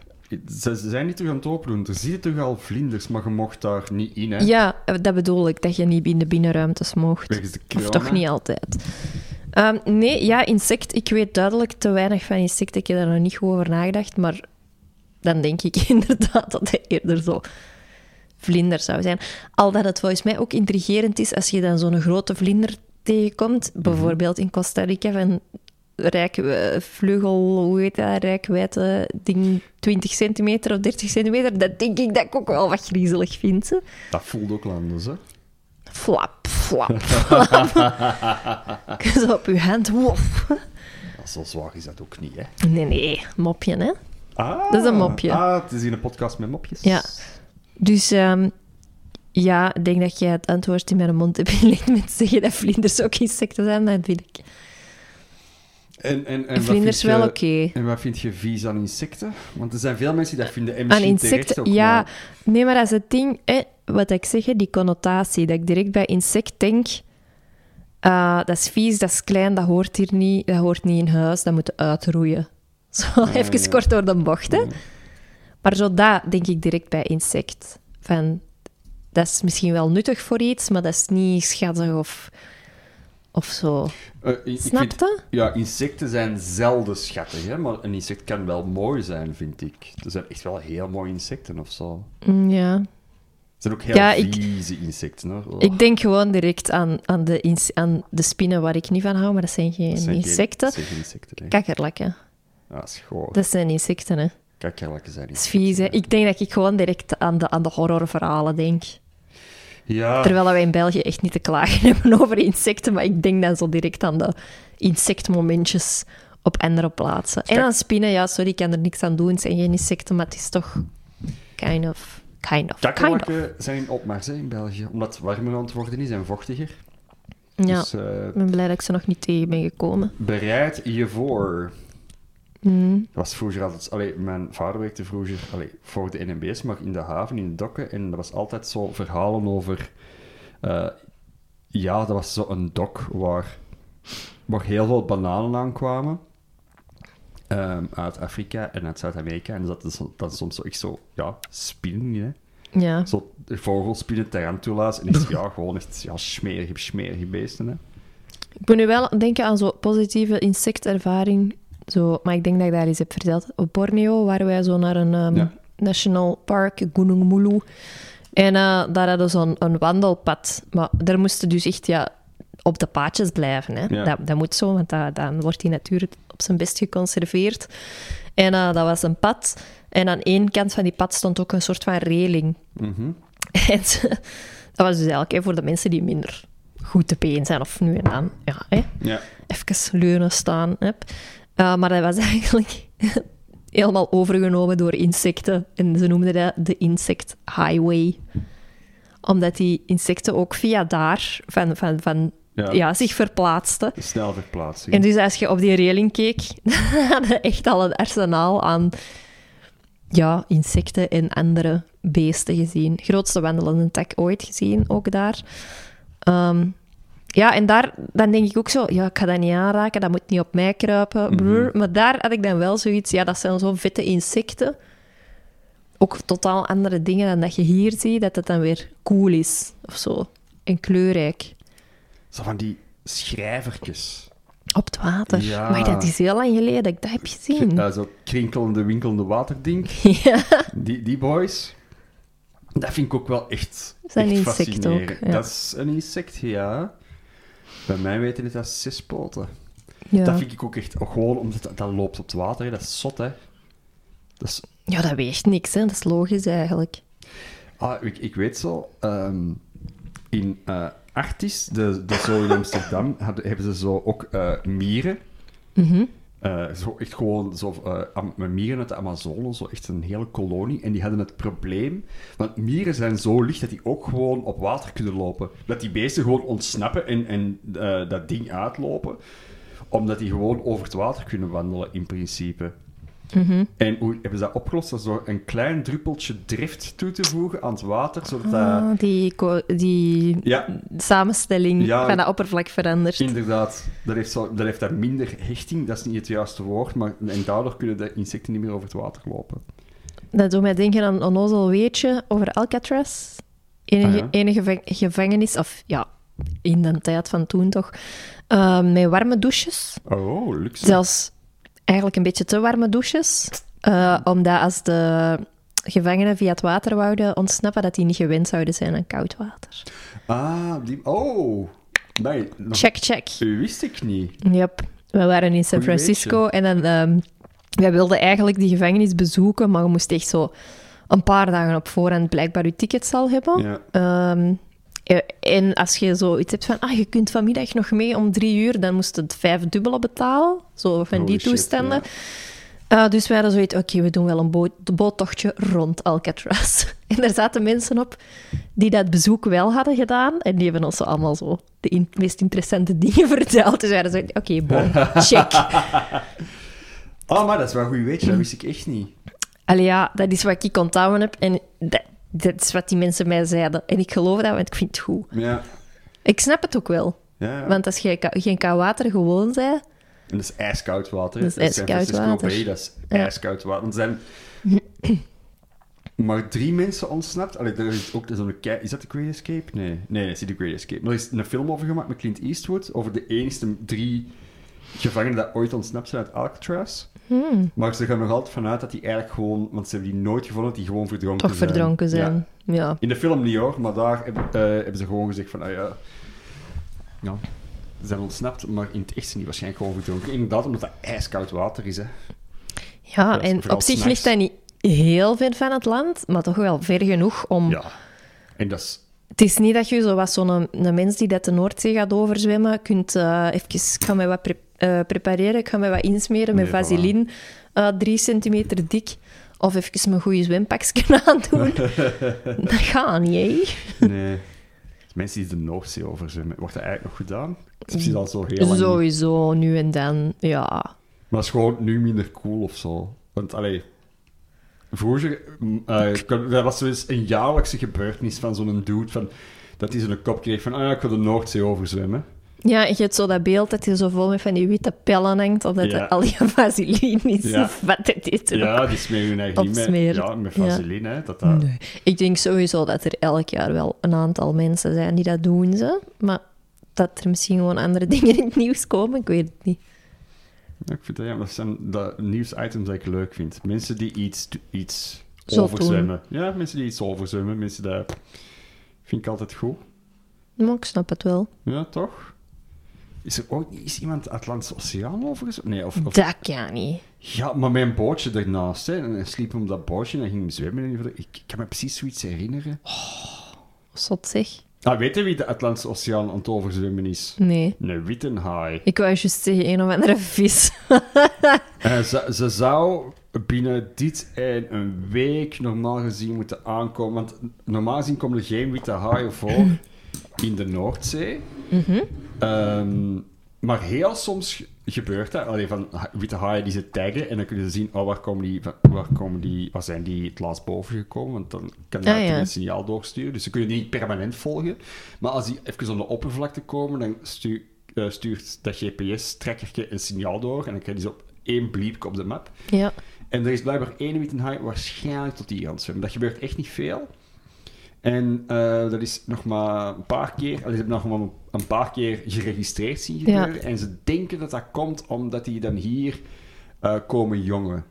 Ze, ze zijn niet terug aan het opendoen. Er zitten toch al vlinders, maar je mocht daar niet in, hè?
Ja, eh, dat bedoel ik, dat je niet in de binnenruimtes mocht.
Wegens de
Of
corona.
toch niet altijd. Ehm, nee, ja, insect. Ik weet duidelijk te weinig van insecten. Ik heb daar nog niet goed over nagedacht. Maar dan denk ik inderdaad dat het eerder zo vlinder zou zijn. Al dat het volgens mij ook intrigerend is als je dan zo'n grote vlinder tegenkomt.
Mhm.
Bijvoorbeeld in Costa Rica van rijk, eh, vleugel, hoe heet dat, rijkwijde ding, 20 centimeter of 30 centimeter. Dat denk ik dat ik ook wel wat griezelig vind. hè.
Dat voelt ook anders, hè?
Flap, flap, flap. Kus op uw hand. Wof.
Ja, zo zwaar is dat ook niet, hè?
Nee, nee, mopje, hè.
Ah,
Dat is een mopje.
Ah, het is hier een podcast met mopjes.
Ja. Dus ehm, ja, ik denk dat jij het antwoord in mijn mond hebt gelegd met zeggen dat vlinders ook insecten zijn. Dat vind ik.
En, en, en wat
Vlinders
vind
wel
je-
oké.
En wat vind je vies aan insecten? Want er zijn veel mensen die dat vinden. En
Aan
misschien terecht ook,
insecten, ja.
maar-
Nee, maar dat is het ding, hè, wat ik zeg, hè, die connotatie, dat ik direct bij insect denk, ah, dat is vies, dat is klein, dat hoort hier niet, dat hoort niet in huis, dat moet uitroeien. Zo, even
ja.
kort door de bocht, hè.
Mm.
Maar zo dat denk ik direct bij insect. Van, dat is misschien wel nuttig voor iets, maar dat is niet schattig of... of zo.
Eh, ik- ik
Snap
vind-
je?
ja, insecten zijn zelden schattig, hè? maar een insect kan wel mooi zijn, vind ik. Er zijn echt wel heel mooie insecten of zo.
Mm,
Oh.
Ja.
Er zijn ook heel
Ja, ik-
vieze insecten. Hoor. Oh,
Ik denk gewoon direct aan, aan, de ins- aan de spinnen waar ik niet van hou, maar dat zijn geen
dat zijn geen-
insecten.
dat zijn geen insecten, Oh. hè.
Kakkerlakken.
Ja, dat is gewoon.
Dat zijn insecten, hè.
Kakkerlakken zijn
Dat is
insecten.
vies, hè.
hè.
Ik denk dat ik gewoon direct aan de, aan de horrorverhalen denk.
Ja,
Terwijl wij in België echt niet te klagen hebben over insecten, maar ik denk dan zo direct aan de insectmomentjes op andere plaatsen. En aan spinnen, ja, sorry, ik kan er niks aan doen. Het zijn geen insecten, maar het is toch kind of... Kind of, kind of.
kakkerlakken zijn in opmars hè, in België, omdat het warmer aan het worden is en vochtiger.
Ja,
Dus eh,
ik ben blij dat ik ze nog niet tegen ben gekomen.
bereid je voor.
Mm.
Dat was vroeger altijd... Allee, mijn vader werkte vroeger allee, voor de NMB's, maar in de haven, in de dokken. En dat was altijd zo verhalen over... eh, ja, dat was zo'n dok waar, waar heel veel bananen aankwamen. ehm, uit Afrika en uit Zuid-Amerika. En dat is dan soms zo, echt zo... Ja, spinnen, hè.
Ja,
Zo vogelspinnen, tarantula's. En echt, ja, gewoon echt ja, smerige, smerige beesten, hè.
ik moet nu wel denken aan zo'n positieve insectervaring. Zo, maar ik denk dat ik daar eens heb verteld. Op Borneo waren wij zo naar een ehm,
Ja.
national park, Gunung Mulu. En eh, daar hadden ze een, een wandelpad. Maar daar moesten dus echt ja, op de paadjes blijven. Hè.
Ja.
Dat, dat moet zo, want dat- dan wordt die natuur op zijn best geconserveerd. En eh, dat was een pad. En aan één kant van die pad stond ook een soort van reling.
Mhm.
En ze- dat was dus eigenlijk hè, voor de mensen die minder goed te been zijn of nu en dan. Ja, hè,
Ja.
even leunen staan. Hè. Eh, maar dat was eigenlijk helemaal overgenomen door insecten. En ze noemden dat de insect highway. Omdat die insecten ook via daar van, van, van,
Ja.
ja. zich verplaatsten.
Snel verplaatsen.
En dus als je op die reling keek, dan hadden echt al een arsenaal aan ja, insecten en andere beesten gezien. Grootste wandelende tak ooit gezien, ook daar. Ehm, ja, en daar dan denk ik ook zo, ja, ik ga dat niet aanraken, dat moet niet op mij kruipen. brrr. Maar daar had ik dan wel zoiets, ja, dat zijn zo'n vette insecten. Ook totaal andere dingen dan dat je hier ziet, dat het dan weer cool is of zo. En kleurrijk.
Zo van die schrijvertjes.
Op het water.
Ja.
Maar dat is heel lang geleden dat ik dat heb gezien.
Ja, zo krinkelende, winkelende waterdink.
Ja.
Die, die boys. Dat vind ik ook wel echt,
Zijn
echt
insect
fascinerend.
ook, ja.
Dat is een insect, ja. Bij mij weten het dat zes poten.
Ja.
Dat vind ik ook echt, ook gewoon omdat dat, dat loopt op het water, hè. dat is zot, hè. Dat is,
ja, dat weegt niks, hè. Dat is logisch eigenlijk.
ah, ik, ik weet zo, ehm, in eh Artis, de, de zoo in Amsterdam, hadden, hebben ze zo ook eh, mieren.
Mhm.
Eh, zo echt gewoon zo, eh, am- met mieren uit de Amazone, zo echt een hele kolonie. En die hadden het probleem, want mieren zijn zo licht dat die ook gewoon op water kunnen lopen. Dat die beesten gewoon ontsnappen en, en eh, dat ding uitlopen, omdat die gewoon over het water kunnen wandelen in principe.
Mhm.
En hoe hebben ze dat opgelost? Dat is door een klein druppeltje drift toe te voegen aan het water, zodat dat...
Ah, die, ko- die
Ja,
samenstelling
Ja.
van dat oppervlak verandert.
inderdaad. Dat heeft, zo, dat heeft daar minder hechting, dat is niet het juiste woord, maar en daardoor kunnen de insecten niet meer over het water lopen.
Dat doet mij denken aan een onnozel weetje over Alcatraz. In
Ah,
een,
ja.
in een geva- gevangenis, of ja, in de tijd van toen toch, ehm, met warme douches.
Oh, luxe.
Zelfs eigenlijk een beetje te warme douches. eh, omdat als de gevangenen via het water wouden ontsnappen, dat die niet gewend zouden zijn aan koud water.
Ah, die... Oh! Nee, nog-
Check, check.
wist ik niet.
Yep. We waren in San
Goeie
Francisco en dan, ehm, wij wilden eigenlijk die gevangenis bezoeken, maar we moesten echt zo een paar dagen op voorhand blijkbaar je tickets al hebben.
Ja.
Ehm, e- en als je zoiets hebt van, ah, je kunt vanmiddag nog mee om drie uur, dan moest het vijf dubbele betalen. Zo van
Holy
die
shit,
toestanden. Eh, dus wij hadden zoiets, oké, we doen wel een boot, boottochtje rond Alcatraz. En daar zaten mensen op die dat bezoek wel hadden gedaan. En die hebben ons zo allemaal zo de in- meest interessante dingen verteld. Dus wij hadden zoiets, oké, bon, check.
Ah, maar dat is wel goed weet je, dat wist ik echt niet.
Allee, ja, dat is wat ik onthouden heb. En dat, dat is wat die mensen mij zeiden. En ik geloof dat, want ik vind het goed.
Ja.
Ik snap het ook wel.
ja. ja.
Want als je ka- geen koud water gewoon bent...
En dat is ijskoud water. hè.
Dat is
San
ijskoud
Francisco
water.
Bay, dat is
Ja.
ijskoud water. Want er zijn... maar drie mensen ontsnapt. Allee, er is ook zo'n kei- Is dat The Great Escape? Nee, nee, dat is niet The Great Escape. Maar er is een film over gemaakt met Clint Eastwood over de enigste drie gevangenen dat ooit ontsnapt zijn uit Alcatraz.
Hmm.
Maar ze gaan er nog altijd vanuit dat die eigenlijk gewoon... Want ze hebben die nooit gevonden, dat die gewoon verdronken
Toch
zijn.
verdronken
Ja.
zijn. Ja.
In de film niet hoor, maar daar hebben, eh, hebben ze gewoon gezegd van, ah ja, ja, ze zijn ontsnapt, maar in het echt zijn die waarschijnlijk gewoon verdronken. Inderdaad, omdat dat ijskoud water is, hè.
Ja,
Ja,
en
vooral
op zich
s'nachts.
ligt dat niet heel ver van het land, maar toch wel ver genoeg om...
Ja. En dat is...
Het is niet dat je zo was zo'n een mens die dat de Noordzee gaat overzwemmen, kunt eh even, ik ga mij wat pre- eh, prepareren, ik ga mij wat insmeren met
Nee,
vaseline, eh, drie centimeter dik, of even mijn goede zwempaksken aandoen. dat gaat niet, hè?
Nee. Mensen die de Noordzee overzwemmen, wordt dat eigenlijk nog gedaan? Het is precies al zo heel lang niet.
Sowieso, nu en dan, ja.
Maar het is gewoon nu minder cool of zo. Want, allee... Vroeger, mm, eh, ik- dat was zoiets een jaarlijkse gebeurtenis van zo'n dude, van, dat hij zo'n kop kreeg van, ah ja, ik wil de Noordzee overzwemmen.
Ja, en je hebt zo dat beeld dat je zo vol met van die witte pellen hangt, of dat
Ja.
er al je vaseline is,
Ja.
of wat het is. er ook
Ja, die smeren hun eigenlijk niet met,
Opsmeren.
ja, met
Ja.
vaseline. hè, Dat dat...
Nee. Ik denk sowieso dat er elk jaar wel een aantal mensen zijn die dat doen. Ze. Maar dat er misschien gewoon andere dingen in het nieuws komen, ik weet het niet.
Ja, Ik vind dat, ja, dat zijn de nieuwsitems dat ik leuk vind. Mensen die iets, iets
Zo
overzwemmen. Ja, mensen die iets overzwemmen. Mensen dat vind ik altijd goed.
Maar ik snap het wel.
Ja, toch? Is er ooit niet- is iemand de Atlantische Oceaan overgezwemmen? Nee, of, of-
Dat kan niet.
Ja, maar mijn bootje ernaast. Hè, en hij sliep om dat bootje en hij ging zwemmen. En ik, ik kan me precies zoiets herinneren.
Oh. Zot zeg.
Ah, weet je wie de Atlantische Oceaan aan het overzwemmen is?
Nee.
Een witte haai.
Ik wou juist zeggen een of andere vis.
Eh, ze, ze zou binnen dit en een week normaal gezien moeten aankomen. Want normaal gezien komen er geen witte haaien voor in de Noordzee.
Mhm.
Ehm, maar heel soms ge- gebeurt dat. Alleen van ha- witte haaien die ze taggen. En dan kunnen ze zien, oh, waar, komen die, van- waar, komen die, waar zijn die het laatst boven gekomen. Want dan kan dat
Ah, ja.
een signaal doorsturen. Dus ze kunnen die niet permanent volgen. Maar als die even op de oppervlakte komen, dan stu- eh, stuurt dat GPS-trekkertje een signaal door. En dan krijg je ze op één bliepje op de map.
ja.
En er is blijkbaar één witte haai waarschijnlijk tot die aan het zwemmen. Dat gebeurt echt niet veel. En eh, dat is nog maar een paar keer, allee, ze hebben nog maar een paar keer geregistreerd zien gebeuren. En ze denken dat dat komt omdat die dan hier eh, komen jongen.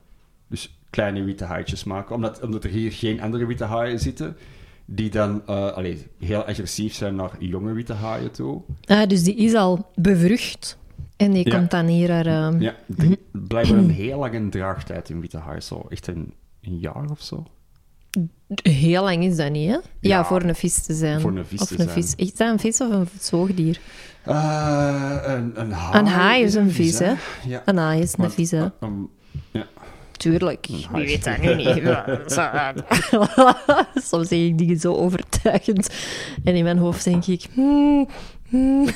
Dus kleine witte haaitjes maken. Omdat, omdat er hier geen andere witte haaien zitten. Die dan eh, allee, heel agressief zijn naar jonge witte haaien toe.
Ah, dus die is al bevrucht. En die
Ja.
komt dan hier haar... ehm,
Ja, die- blijkbaar een heel lange draagtijd in witte haaien. Zo echt een, een jaar of zo.
Heel lang is dat niet, hè? Ja,
Ja,
voor een vis te zijn.
voor een vis
of
te
een
zijn.
Vis. Is dat een vis of een zoogdier?
Eh, een, een haai.
Een haai is een vis, hè?
Ja.
Een haai is een
Want,
vis, hè?
eh, ehm, ja.
Tuurlijk,
haai.
wie weet dat eh, nu niet. Ja, zo. Soms zeg ik dingen zo overtuigend. En in mijn hoofd denk ik... hmm, hmm.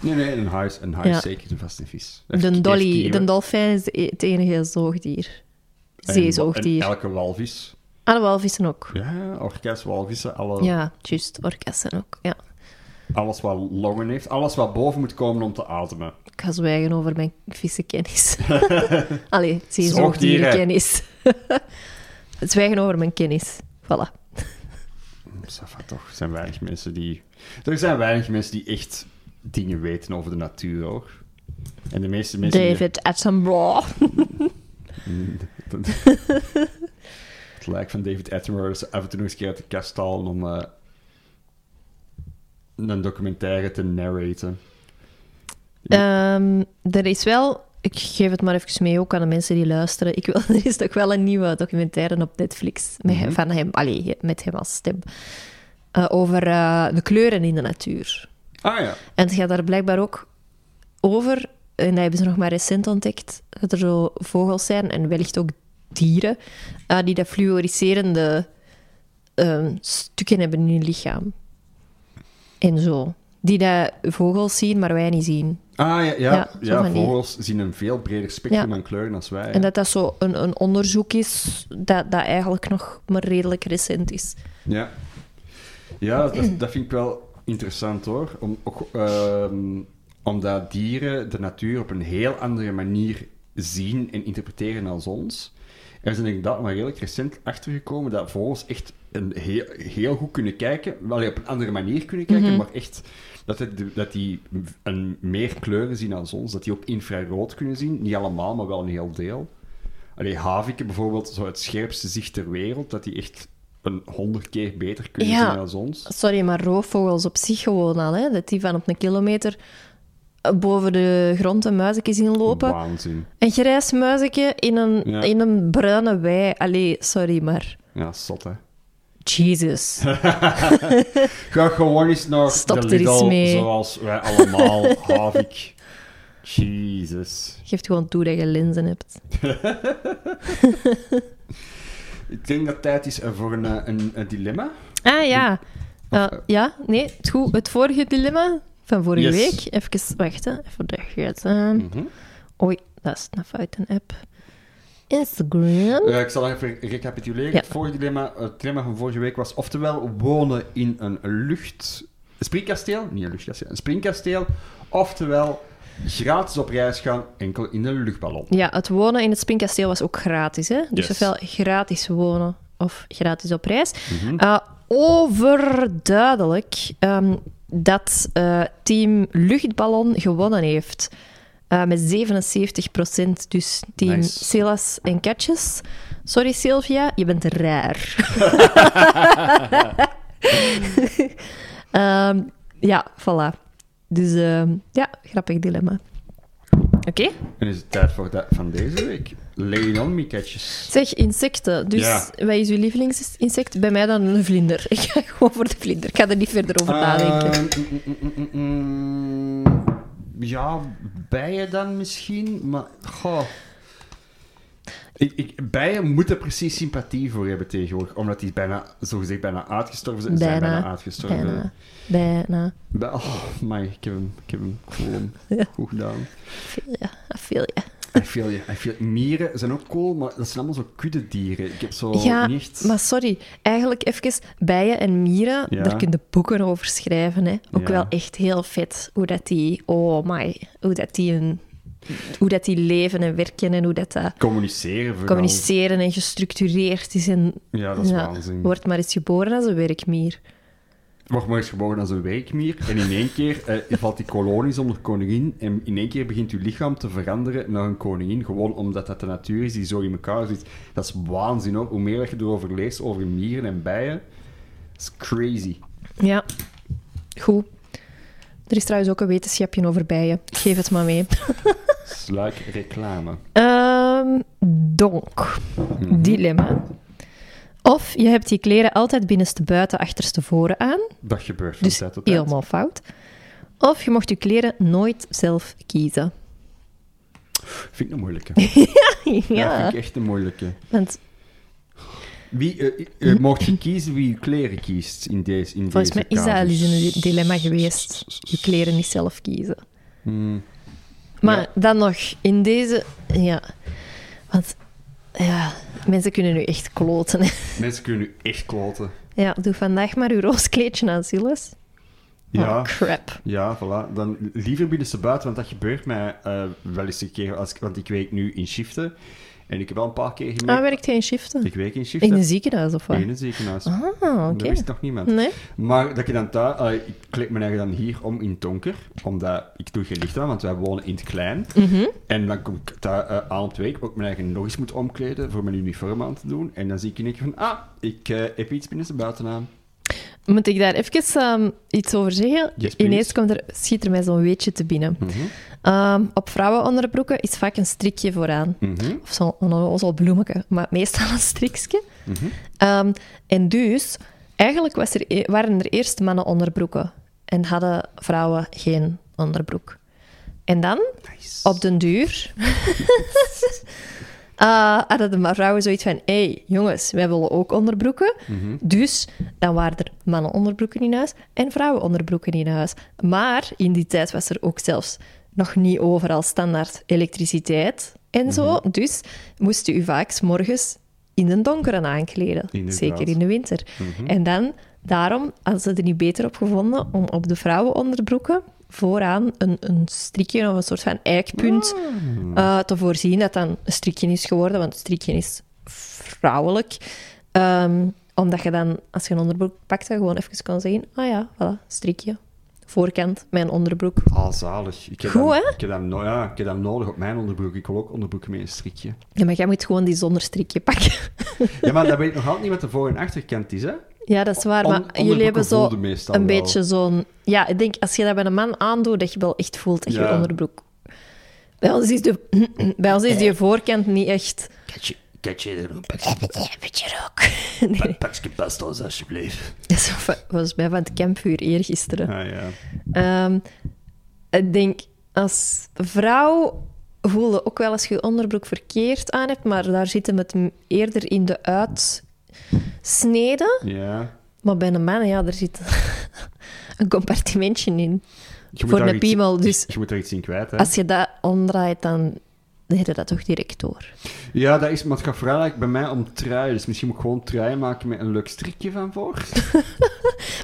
Nee, nee, een haai is, een haai is
Ja.
zeker een vast een vis.
De
Heeft- heeft
dolly,
kieuwen.
de dolfijn is de- het enige zoogdier.
En-
Zeezoogdier.
en Elke walvis.
Alle walvissen ook.
Ja, orkest, walvissen, alle,
Ja, juist. Orkassen ook, ja.
alles wat longen heeft. Alles wat boven moet komen om te ademen.
Ik ga zwijgen over mijn vissenkennis. Allee, zeezoogdierenkennis. zwijgen over mijn kennis. Voilà.
Ça va toch, er zijn weinig mensen die... Er zijn weinig mensen die echt dingen weten over de natuur, hoor. En de meeste mensen... die-
David Attenborough.
Het lijk van David Attenborough is af en toe nog eens een keer uit de kast halen om eh, een documentaire te narraten.
Ehm, er is wel, ik geef het maar even mee ook aan de mensen die luisteren. Ik wil, er is toch wel een nieuwe documentaire op Netflix met, hem-
Mhm.
van hem, allee, met hem als stem. eh, over eh, de kleuren in de natuur.
Ah ja.
En het gaat daar blijkbaar ook over, en dat hebben ze nog maar recent ontdekt, dat er zo vogels zijn en wellicht ook dieren eh, die dat fluoriserende ehm, stukken hebben in hun lichaam. En zo. Die dat vogels zien, maar wij niet zien.
Ah ja, ja.
Ja,
ja,
zo van die-
vogels zien een veel breder spectrum
Ja.
aan kleuren dan wij.
En dat dat zo een, een onderzoek is dat, dat eigenlijk nog maar redelijk recent is.
Ja, ja dat, dat vind ik wel interessant hoor. Om, ook, ehm, omdat dieren de natuur op een heel andere manier zien en interpreteren dan ons. Er zijn inderdaad maar redelijk recent achtergekomen dat vogels echt een heel, heel goed kunnen kijken. Wel op een andere manier kunnen kijken, maar echt dat, het, dat die een, meer kleuren zien dan ons. Dat die ook infrarood kunnen zien. Niet allemaal, maar wel een heel deel. Allee, haviken bijvoorbeeld, zo het scherpste zicht ter wereld, dat die echt een honderd keer beter kunnen
Ja.
zien dan ons.
Sorry, maar roofvogels op zich gewoon al, hè? Dat die van op een kilometer eh, boven de grond een muizenke zien lopen.
Waanzin.
Een grijs muizenke in een,
Ja.
in een bruine wei. Allee, sorry, maar...
Ja, zot hè.
Jesus.
Ga gewoon eens naar
Stop
de
er eens
Lidl,
mee.
zoals wij allemaal, havik. Jezus.
Geef gewoon toe dat je linzen hebt.
Ik denk dat het tijd is eh, voor een, eh, een, een dilemma.
Ah, ja. Eh, ja, nee, het, goed. het vorige dilemma van vorige
Yes. Mhm.
week. Even wachten, even terug. aan. Oei, dat is een foute app. Instagram.
Eh, ik zal even recapituleren.
Ja.
Het vorige dilemma, het dilemma van vorige week was oftewel wonen in een lucht... een Springkasteel? Niet een luchtkasteel, een springkasteel. Oftewel gratis op reis gaan, enkel in een luchtballon.
Ja, het wonen in het Spinkasteel was ook gratis, hè? Dus
Yes.
ofwel gratis wonen of gratis op reis.
Mhm.
Eh, overduidelijk ehm, dat eh, team Luchtballon gewonnen heeft. Eh, met 77 Dus team
Nice.
Silas en Katjes. Sorry Sylvia, je bent raar. Ehm, ja, voilà. Dus ehm, ja, grappig dilemma. Oké.
En is het tijd voor dat van deze week. Lay on me, catches.
Zeg, insecten. Dus
Ja.
wat is uw lievelingsinsect? Bij mij dan een vlinder. Ik ga gewoon voor de vlinder. Ik ga er niet verder over nadenken.
Eh, mm, mm, mm, mm, mm, mm. ja, bijen dan misschien, maar... Goh. Ik, ik, bijen moeten precies sympathie voor hebben tegenwoordig, omdat die bijna, zogezegd bijna uitgestorven zijn. Ze zijn
Bijna,
bijna uitgestorven.
Bijna. Bijna.
Bij- oh, my, ik heb hem, ik heb hem, ik voel hem.
Ja.
Goed gedaan.
Ja, dat viel je.
I feel je, I feel Mieren zijn ook cool, maar dat zijn allemaal zo kuddedieren. Ik heb zo
ja,
Oh, niet...
maar sorry. Eigenlijk even bijen en mieren.
Ja.
Daar kun je boeken over schrijven. Hè. Ook
Ja.
wel echt heel vet. Hoe dat die... Oh my. Hoe dat die, een, hoe dat die leven en werken en hoe dat, dat
Communiceren vooral.
communiceren en gestructureerd is. En,
Ja, dat is waanzin.
Wordt maar eens geboren als een werkmier.
Wordt maar eens geboren als een wijkmier en in één keer eh, valt die kolonie zonder koningin en in één keer begint uw lichaam te veranderen naar een koningin, gewoon omdat dat de natuur is die zo in elkaar zit. Dat is waanzin hoor, hoe meer dat je erover leest over mieren en bijen, dat is crazy.
Ja, goed. Er is trouwens ook een wetenschapje over bijen. Ik Geef het maar mee.
Sluik reclame.
Ehm, donk.
Mhm.
Dilemma. Of je hebt je kleren altijd binnenste buiten achterstevoren aan.
Dat gebeurt van
Dus
tijd tot tijd.
helemaal fout. Of je mocht je kleren nooit zelf kiezen.
Vind ik een moeilijke. Ja,
ja,
vind ik echt een moeilijke.
want
Wie, eh, eh, eh, mocht je kiezen wie je kleren kiest in deze in
volgens mij
deze
is dat al eens
casus?
een di- dilemma geweest. Je kleren niet zelf kiezen.
Hmm.
Maar
Ja.
dan nog, in deze... Ja, want ja, mensen kunnen nu echt kloten. hè.
Mensen kunnen nu echt kloten.
Ja, doe vandaag maar uw roze kleedje aan, Silas.
Ja.
Oh, crap.
Ja, voilà. Dan liever binnenste buiten, want dat gebeurt mij eh, wel eens een keer. Als ik, want ik werk nu in shiften. En ik heb wel een paar keer
Ah,
gemerkt...
werkt jij in shiften?
ik werk in shiften.
In een ziekenhuis of wat?
In een ziekenhuis.
Ah, oké. Hm.
Dat wist nog niemand.
Nee?
Maar dat je dan thuis... eh, ik kleed mijn eigen dan hier om in het donker. Omdat ik doe geen licht aan, want wij wonen in het klein.
Mhm.
En dan kom ik daar eh, aan op de week, ook mijn eigen nog eens moet omkleden voor mijn uniform aan te doen. En dan zie ik in één keer van... Ah, ik eh, heb iets binnenste buiten aan.
Moet ik daar even ehm, iets over zeggen?
Yes, please.
Ineens komt er, schiet er mij zo'n weetje te binnen. Ehm, op vrouwenonderbroeken is vaak een strikje vooraan.
Mhm.
Of zo'n onnozel bloemetje, maar meestal een strikje.
Mhm.
Ehm, en dus, eigenlijk was er, e- waren er eerst mannen onderbroeken. En hadden vrouwen geen onderbroek. En dan
Nice.
op den duur eh, hadden de vrouwen zoiets van: hé, hey, jongens, wij willen ook onderbroeken. Dus dan waren er mannen onderbroeken in huis en vrouwen onderbroeken in huis. Maar in die tijd was er ook zelfs nog niet overal standaard elektriciteit en zo. Dus moest u vaak 's morgens in den donkeren aankleden.
Inderdaad.
Zeker in de winter. En dan, daarom hadden ze er niet beter op gevonden om op de vrouwenonderbroeken vooraan een, een strikje of een soort van eikpunt eh, te voorzien dat dan een strikje is geworden, want een strikje is vrouwelijk. Ehm, omdat je dan, als je een onderbroek pakte, gewoon even kon zeggen... Ah ja, voilà, strikje. Voorkant, mijn onderbroek.
Ah, zalig. Ik heb
Goed,
dat-
hè?
Ik heb, dat, no- ja, ik heb dat nodig op mijn onderbroek. Ik wil ook onderbroeken met een strikje.
Ja, maar jij moet gewoon die zonder strikje pakken.
Ja, maar dat weet ik nog altijd niet wat de voor- en achterkant is, hè?
Ja, dat is waar. Maar
On-
jullie hebben zo
onderbroeken voelden
een
meestal
beetje zo'n... Ja, ik denk, als je dat bij een man aandoet, dat je wel echt voelt dat je
Ja.
onderbroek... Bij ons, is de, bij ons is die voorkant niet echt...
Kijk je, kijk je er een
Een beetje rook. Nee,
pakje pasta's, alsjeblieft.
dat is van- volgens mij van het kampvuur eergisteren.
Ah, ja.
Ehm, ik denk, als vrouw voel je ook wel als je je onderbroek verkeerd aan hebt, maar daar zit hem het m- eerder in de uitsnede.
Ja.
Maar bij een man, ja, er zit een compartimentje in.
Je moet
Voor
daar
een
iets-
piemel, dus
Je moet er iets in kwijt, hè?
als je dat omdraait, dan heb je dat toch direct door.
Ja, dat is, maar het gaat vooral eigenlijk bij mij om trui. Dus misschien moet ik gewoon trui maken met een leuk strikje van voor.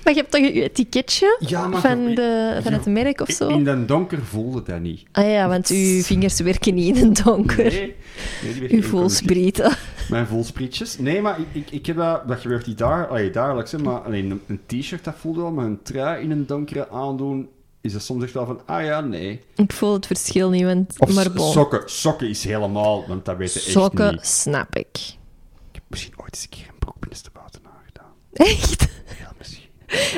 Maar je hebt toch je etiketje
Ja, maar
van,
je-
de, van
je-
het merk of zo?
In den donker voelde dat niet.
Ah ja, want uw vingers werken niet in het donker.
Nee, nee die werd
Uw
geen communicatief.
voelsprieten.
Mijn voelsprietjes. Nee, maar ik, ik, ik heb dat, dat gebeurt niet daar, allee, dagelijks, hè, maar alleen een, een t-shirt dat voelde wel, maar een trui in een donkere aandoen, is dat soms echt wel van, ah ja, nee.
Ik voel het verschil niet, want...
Of
maar
s-
bon.
sokken. Sokken is helemaal, want dat weten echt
Sokken
niet.
snap ik.
Ik heb misschien ooit eens een keer een broek binnenstebuiten aangedaan.
Echt?
Ja, misschien.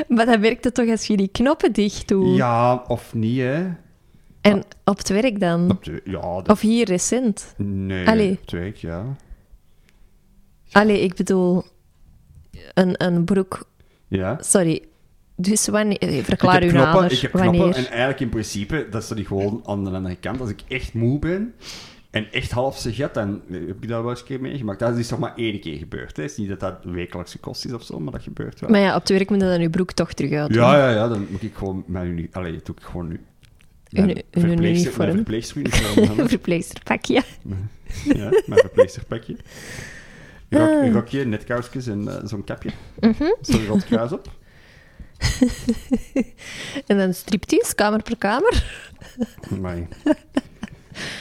Maar dat werkte toch als je die knoppen dicht doet?
Ja, of niet, hè.
En op het werk dan?
Op de- Ja, dat...
Of hier recent?
Nee,
Allee.
op het werk, ja.
Allee, ik bedoel... Een, een broek...
Ja.
Sorry. Dus wanneer... eh, Verklaar
ik heb
uw
knoppen,
nader.
Ik heb knoppen
wanneer?
en eigenlijk in principe, dat staat die gewoon aan de andere kant. Als ik echt moe ben en echt half zeg dan heb ik dat wel eens een keer meegemaakt. Dat is dus toch maar één keer gebeurd. Hè? Het is niet dat dat wekelijkse kost is of zo, maar dat gebeurt wel.
Maar ja, op het werk moet je dan uw broek toch terug uit.
Ja, ja, ja, dan moet ik gewoon mijn uni... Allee, dat doe ik gewoon nu.
Een-
Mijn
een
verpleegster-
uniform.
Mijn verpleegsteruniform.
Een verpleegsterpakje.
ja, mijn verpleegsterpakje. Een rok-
Ah.
een rokje, netkousjes en eh, zo'n kapje.
Mhm.
Zo'n rood kruis op.
En dan striptease, kamer per kamer.
Amai.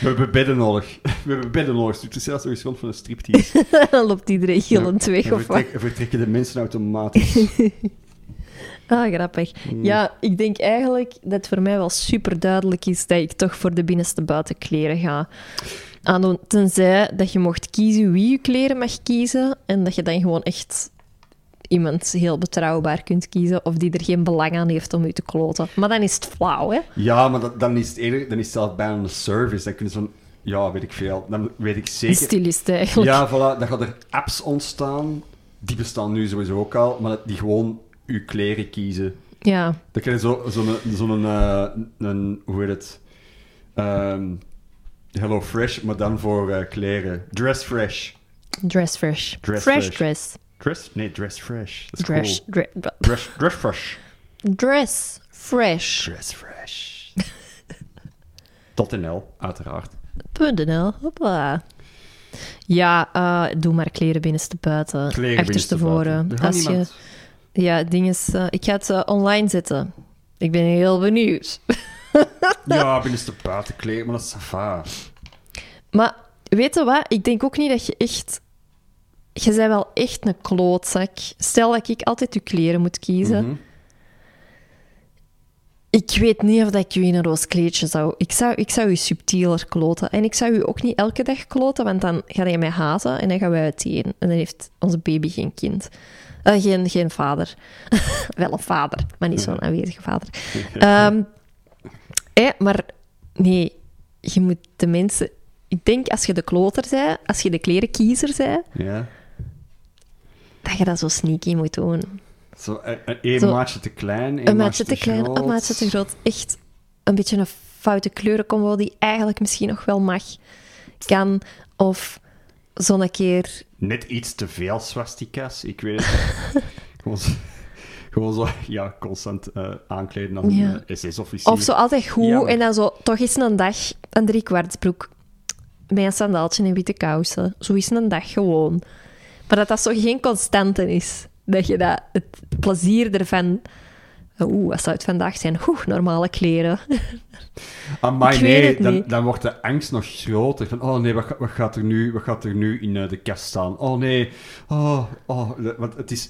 We hebben bedden nodig. We hebben bedden nodig. Het is zelfs nog eens rond van een striptease.
dan loopt iedereen gillend weg
Dan
of wat.
vertrek- vertrekken de mensen automatisch. Hmm.
Ah, grappig. Ja, ik denk eigenlijk dat het voor mij wel super duidelijk is dat ik toch voor de binnenste buitenkleren ga. Aandoen, tenzij dat je mocht kiezen wie je kleren mag kiezen en dat je dan gewoon echt iemand heel betrouwbaar kunt kiezen of die er geen belang aan heeft om je te kloten. Maar dan is het flauw, hè?
Ja, maar dat, dan is het eerder, dan is het zelfs bijna een service. Dan kunnen ze van, ja, weet ik veel. Dan weet ik
Een
zeker.
stylist eigenlijk.
Ja, voilà. Dan gaan er apps ontstaan. Die bestaan nu sowieso ook al, maar die gewoon uw kleren kiezen.
ja.
Dan krijg je zo'n, zo zo'n, zo'n, eh, een, hoe heet het? Ehm, Hello Fresh, maar dan voor eh, kleren. Dress Fresh.
Dress fresh.
Dress
fresh,
fresh.
dress.
Dress? Nee, dress fresh. Dat is
Dress,
cool.
dre-
Dress, dress fresh.
dress fresh.
Dress fresh. Tot in L, uiteraard.
.nl. Hoppa. Ja, eh, doe maar kleren binnenste buiten.
Kleren
achterstevoren.
binnenstebuiten. Er gaat
Als je,
niemand.
ja, het ding is, eh, ik ga het eh, online zetten. Ik ben heel benieuwd.
Ja, binnenste buiten kleren, maar dat is safa.
Maar weet je wat? Ik denk ook niet dat je echt... Je bent wel echt een klootzak. Stel dat ik altijd je kleren moet kiezen. Ik weet niet of dat ik u in een roos kleedje zou... Ik, zou... ik zou u subtieler kloten. En ik zou u ook niet elke dag kloten, want dan ga je mij haten en dan gaan wij uiteen. En dan heeft onze baby geen kind. Eh, geen, geen vader. Wel een vader, maar niet zo'n aanwezige vader. Ehm, eh, maar nee, je moet de mensen... Ik denk, als je de kloter zij, als je de klerenkiezer zij,
Ja.
dat je dat zo sneaky moet doen.
Zo, eh, eh, één
Zo.
maatje te klein, één
Een maatje te klein,
groot.
een maatje te groot. Echt een beetje een foute kleurencombo die eigenlijk misschien nog wel mag, kan. Of zo'n keer...
Net iets te veel swastika's, ik weet het. gewoon, zo, gewoon zo, ja, constant eh, aankleden als
Ja.
een eh, SS-officier.
Of zo altijd goed
Ja, maar-
en dan zo toch eens een dag een driekwartsbroek. Met een sandaaltje en witte kousen. Zo is een dag gewoon. Maar dat dat zo geen constante is. Dat je dat, het plezier ervan Oeh, wat zou het vandaag zijn? Oeh, normale kleren.
Amai,
Ik weet
nee,
het
dan,
niet.
dan wordt de angst nog groter. Van, oh nee, wat, ga- wat, gaat, er nu, wat gaat er nu in eh, de kast staan? Oh nee, oh, oh, de- want het is...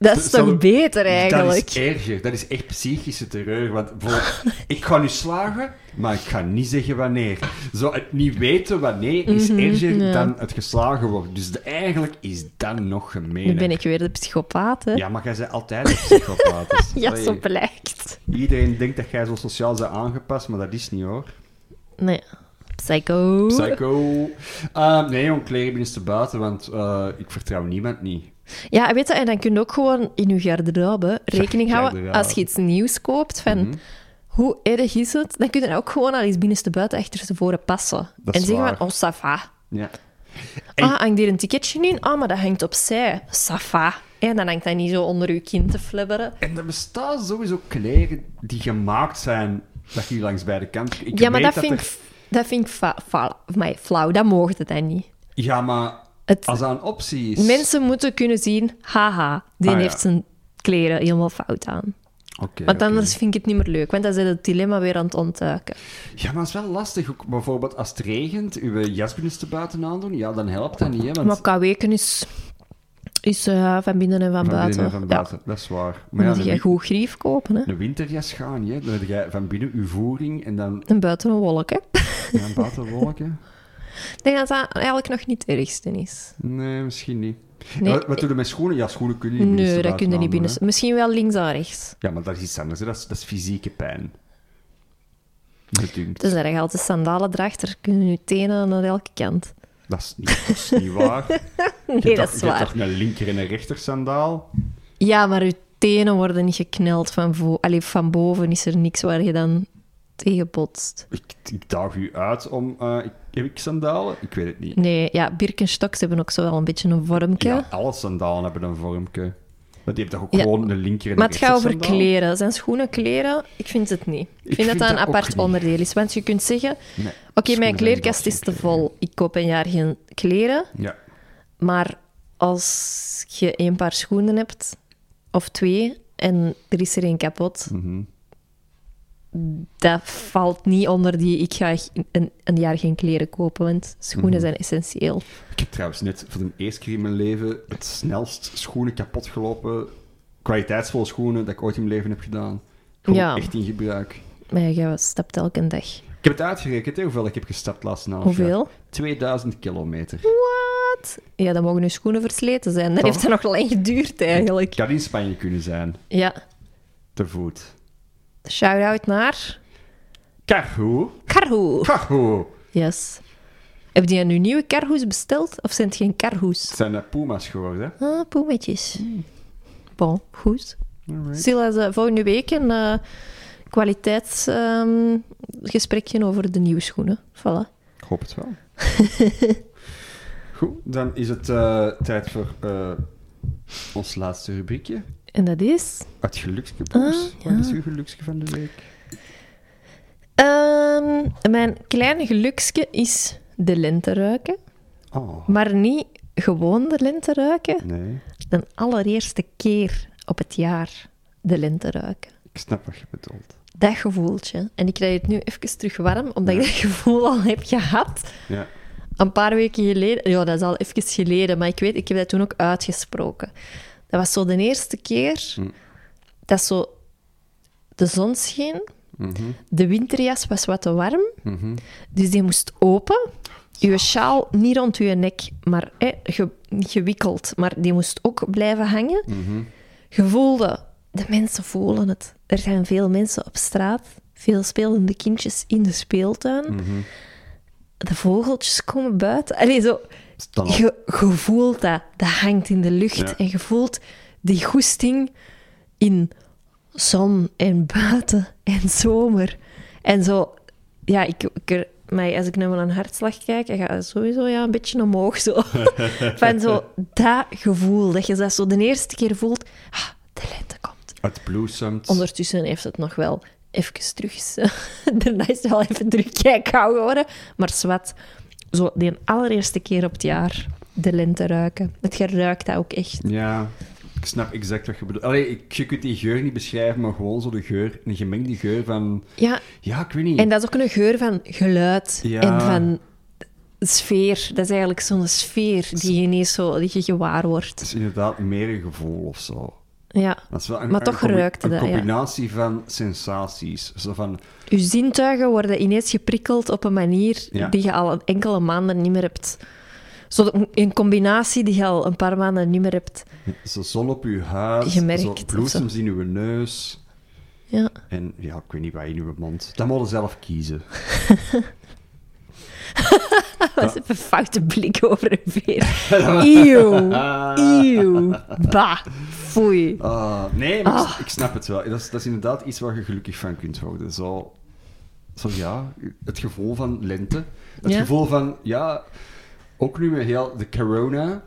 Dat is
Stel-
toch beter
Dat
eigenlijk?
is erger, dat is echt psychische terreur. Want bijvoorbeeld, ik ga nu slagen, maar ik ga niet zeggen wanneer. Zo, het niet weten wanneer is erger
Mhm, ja.
dan het geslagen worden. Dus de- eigenlijk is dat nog
Nu
gemeen.
ben ik weer de psychopaat, hè?
Ja, maar jij bent altijd een psychopaat. Dus,
Ja,
allee,
zo blijkt.
Iedereen denkt dat jij zo sociaal bent aangepast, maar dat is niet hoor.
Nee. Psycho.
Psycho. Eh, nee, jong, kleren binnenste buiten, want eh, ik vertrouw niemand niet.
Ja, weet je, en dan kun je ook gewoon in je garderobe rekening houden.
garderobe. Mhm.
Als je iets nieuws koopt, van hoe erg is het? Dan kun je dat ook gewoon al eens binnenste buiten achterstevoren passen.
Dat
en
is
zeggen
waar.
van, oh, safa.
Ja. En-
Ah, hangt hier een ticketje in? Ah, maar dat hangt opzij. Safa. En dan hangt dat niet zo onder je kin te flibberen.
En er bestaan sowieso kleren die gemaakt zijn dat je hier langs beide kanten... Ik
ja, maar
weet
dat vind,
er-
ik, dat vind ik fa- fa- mij flauw. Dat mogen het dan niet.
Ja, maar
Het-
als dat een optie is...
Mensen moeten kunnen zien, haha, die
Ah, ja.
heeft zijn kleren helemaal fout aan.
Oké,
Want
oké.
anders vind ik het niet meer leuk, want dan is het dilemma weer aan het ontduiken.
Ja, maar het is wel lastig. Ook bijvoorbeeld als het regent, uw jas binnenste buiten aandoen, ja, dan helpt dat niet, hè. Want...
Maar qua weken is, is eh, van binnen en van,
van
buiten.
binnen en van buiten, dat is waar.
Ja, dan
Maar ja,
moet je
een,
een
win-
goed grief kopen, hè.
een winterjas gaan, hè. Dan heb je van binnen uw voering en dan
En buiten een wolk, hè.
ja, buiten wolken.
Ik denk dat dat eigenlijk nog niet het ergste is.
Nee, misschien niet.
Nee,
wat, wat doe je met schoenen? Ja, schoenen kun je niet binnenste
Nee, dat kun je niet
buiten
binnen.
aandoen,
Misschien wel links en rechts.
hè. Ja, maar dat is iets anders. hè. Dat is, dat is fysieke pijn. Bedoeld.
Dus dan je altijd sandalen draagt, dan kunnen je tenen naar elke kant.
Dat is niet, dat is niet waar.
Nee,
je
dat
hebt toch-
is
je hebt
waar.
toch een linker en een rechter sandaal?
Ja, maar je tenen worden niet gekneld van, vo- Allee, van boven. Is er niks waar je dan tegen botst?
Ik, ik daag u uit om... eh, ik, heb ik sandalen? Ik weet het niet.
Nee, ja, Birkenstocks hebben ook zo wel een beetje een vormpje.
Ja, alle sandalen hebben een vormke. Maar die heeft toch ook
Ja.
gewoon een linker en een
maar het
rechter
gaat over
sandaal?
kleren. Zijn schoenen kleren? Ik vind het niet. Ik,
Ik
vind dat
vind
dat een
dat ook
apart
niet.
onderdeel is. Want je kunt zeggen,
Nee,
oké,
schoenen
mijn
zijn
kleerkast
zelfs
is te
geen
vol. Ik koop een jaar geen kleren.
Ja.
Maar als je één paar schoenen hebt, of twee, en er is er één kapot,
Mhm.
dat valt niet onder die ik ga g- een, een jaar geen kleren kopen, want schoenen
Mhm.
zijn essentieel.
Ik heb trouwens net voor de eerste keer in mijn leven het snelst schoenen kapot gelopen. Kwaliteitsvolle schoenen dat ik ooit in mijn leven heb gedaan. Gewoon
Ja.
echt in gebruik.
Maar je stapt elke dag.
Ik heb het uitgerekend, hè, hoeveel ik heb gestapt laatst na
Hoeveel?
2000 kilometer.
Wat? Ja, dan mogen je schoenen versleten zijn. Dat heeft dat nog lang geduurd eigenlijk.
Ik had in Spanje kunnen zijn,
Ja.
te voet.
Shout-out naar
Cargo.
Karhoe.
Cargo.
Yes. Heb je nu nieuwe karhoes besteld? Of zijn het geen karhoes?
Het zijn eh, puma's geworden. hè.
Ah, poemetjes. Bon, goed. Sila, ze volgende week een eh kwaliteitsgesprekje over de nieuwe schoenen. Voilà.
Ik hoop het wel. Goed, dan is het eh, tijd voor eh, ons laatste rubriekje.
En dat is...
Het geluksgeboers.
Ah,
Wat is uw geluksje van de week?
ehm, mijn kleine gelukske is de lente ruiken.
Oh,
Maar niet gewoon de lente ruiken.
nee.
De allereerste keer op het jaar de lente ruiken.
Ik snap wat je bedoelt.
Dat gevoeltje. En ik krijg het nu even terug warm, omdat ik dat gevoel al heb gehad.
Ja.
Een paar weken geleden, ja, dat is al even geleden, maar ik weet, ik heb dat toen ook uitgesproken. Dat was zo de eerste keer dat zo de zon scheen. De winterjas was wat te warm, dus die moest open. Uw sjaal niet rond uw nek, maar hè, ge- gewikkeld, maar die moest ook blijven hangen. Je voelde, de mensen voelen het. Er zijn veel mensen op straat, veel spelende kindjes in de speeltuin. De vogeltjes komen buiten. Allee, zo,
Stel op.
je, je voelt dat. Dat hangt in de lucht.
Ja.
En je voelt die goesting in zon en buiten en zomer. En zo, ja, ik, ik er- maar als ik naar mijn hartslag kijk, dan gaat het sowieso ja, een beetje omhoog. Zo. Van zo dat gevoel, dat je dat zo de eerste keer voelt, ah, de lente komt.
Het bloesemt.
Ondertussen heeft het nog wel even terug. Daarna is het wel even terug kijkhouden geworden. Maar zwart, zo die allereerste keer op het jaar de lente ruiken. Het geruikt dat ook echt.
Ja, ik snap exact wat je bedoelt. Allee, ik, je kunt die geur niet beschrijven, maar gewoon zo de geur, een gemengde geur van...
Ja,
Ja, ik weet niet.
en dat is ook een geur van geluid
Ja.
en van sfeer. Dat is eigenlijk zo'n sfeer die je ineens zo, die je gewaar wordt.
Het is inderdaad meer een gevoel of zo.
Ja.
Dat is wel een,
Maar
een
toch
combi-
ruikt
Een
dat, ja.
combinatie van sensaties. Zo van,
Je zintuigen worden ineens geprikkeld op een manier
Ja.
die je al een enkele maanden niet meer hebt. Zo een combinatie die je al een paar maanden niet meer hebt.
zo zon op je huid,
Je merkt
zo
of zo.
bloesems in je neus.
Ja.
En ja, ik weet niet waar in uw mond. Dat moet je zelf kiezen.
Dat was even een foute blik over een veer. Eeuw. Eeuw. Bah. Foei.
Ah, nee, maar ik s- ik snap het wel. Dat is, dat is inderdaad iets waar je gelukkig van kunt worden. Zo, zo ja, het gevoel van lente. Het
Ja.
gevoel van, ja, ook nu met heel de corona.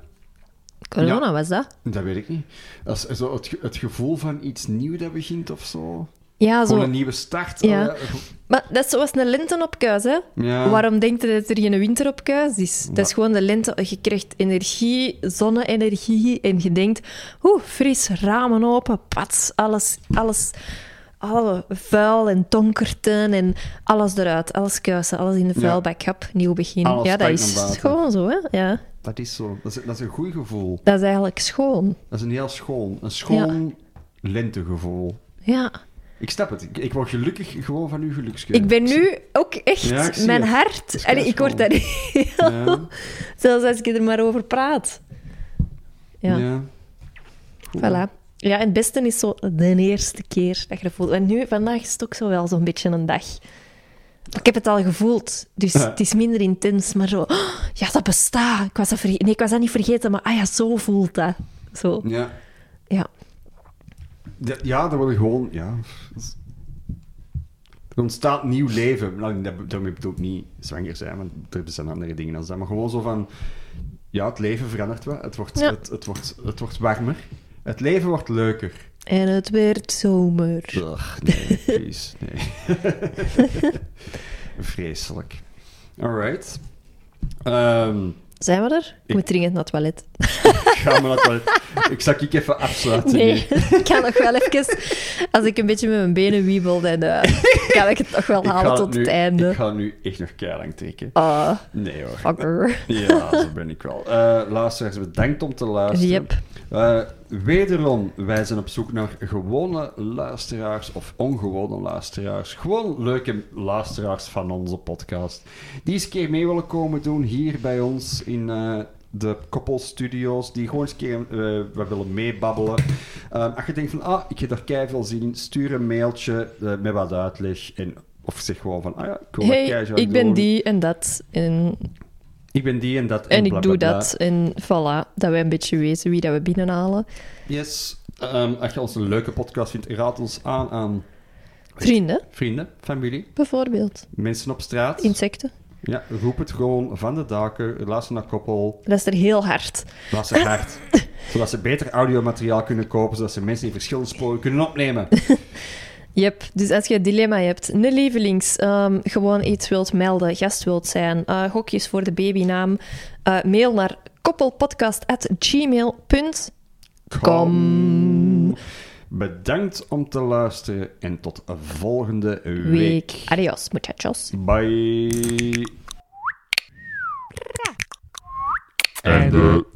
Corona
Ja.
was dat?
Dat weet ik niet. Dat is zo het, ge- het gevoel van iets nieuws dat begint of zo.
Ja,
Gewoon
Ah, zo.
een nieuwe start.
Ja.
Eh,
Maar dat is zoals een lente op kuis, hè?
Ja.
Waarom denkt je dat er geen winter op kuis is? Dat is
Ja.
gewoon de lente. Je krijgt energie, zonne-energie. En je denkt, oeh, fris, ramen open, pats, alles, alles. Alle vuil en donkerten en alles eruit. Alles kuisen, alles in de
Ja.
vuilbak. Hap, nieuw begin.
Alles
ja, dat
spuit
is
naar buiten.
gewoon zo, hè? Ja.
Dat is zo. Dat is, dat is een goed gevoel.
Dat is eigenlijk schoon.
Dat is een heel schoon. Een schoon lentegevoel.
Ja.
Ik snap het. Ik, ik word gelukkig gewoon van uw gelukskeus.
Ik ben nu ook echt,
Ja, ik zie
mijn
het. Het
hart...
is
Allee, ik word daar heel...
Ja.
Zelfs als ik er maar over praat. Ja,
Goed.
voilà. Ja, en het beste is zo de eerste keer dat je dat voelt. En nu, vandaag is het ook zo wel zo'n beetje een dag. Ik heb het al gevoeld, dus
Ja.
het is minder intens, maar zo... "Oh, ja, dat bestaat. Ik was dat verge- Nee, ik was dat niet vergeten, maar ah ja, zo voelt dat. Zo,
Ja.
ja.
Dat- ja, dat wordt gewoon... Ja. dat is- Er ontstaat nieuw leven. Nou, dat, daarmee bedoel ik niet zwanger zijn, want er zijn andere dingen dan dat. Maar gewoon zo van... Ja, het leven verandert wel. Het wordt,
Ja.
het, het wordt, het wordt warmer. Het leven wordt leuker.
En het werd zomer.
Ugh, nee, please, nee. Vreselijk. Alright. Ehm,
Zijn we er? Ik
Ik-
moet dringend naar het toilet.
ik ga maar dat wel- Ik zal ik even afsluiten.
Nee, ik kan nog wel even... Als ik een beetje met mijn benen wiebel, dan eh, kan ik het toch wel
Ik ga
halen tot
nu,
het einde.
Ik ga nu echt nog keilang trekken.
Ah,
Nee hoor.
fucker.
Ja, zo ben ik wel. Eh luisteraars, bedankt om te luisteren.
Yep.
Eh, wederom, wij zijn op zoek naar gewone luisteraars of ongewone luisteraars. Gewoon leuke luisteraars van onze podcast. Die eens een keer mee willen komen doen hier bij ons in eh, de Koppel Studios. Die gewoon eens een keer eh, wat willen meebabbelen. Eh, als je denkt van, ah, ik heb daar keihard veel zin in, stuur een mailtje eh, met wat uitleg. En, of zeg gewoon van, ah ja, ik wil dat
Hey,
keizwaar
ik ben
doen.
die en dat. En,
Ik ben die en dat.
en ik doe
blablabla.
dat. En voilà, dat wij een beetje weten wie dat we binnenhalen.
Yes. Ehm, als je ons een leuke podcast vindt, raad ons aan aan
Vrienden,
vrienden, familie,
bijvoorbeeld.
mensen op straat.
Insecten.
Ja, roep het gewoon van de daken, laat ze naar koppel,
Dat is er heel hard.
laat ze hard. zodat ze beter audiomateriaal kunnen kopen, zodat ze mensen in verschillende sporen kunnen opnemen.
Yep, dus als je een dilemma hebt, een lievelings, ehm, gewoon iets wilt melden, gast wilt zijn, eh gokjes voor de babynaam, eh, mail naar koppelpodcast.gmail.com.
Bedankt om te luisteren en tot de volgende week.
Week. Adios, muchachos.
Bye.
and the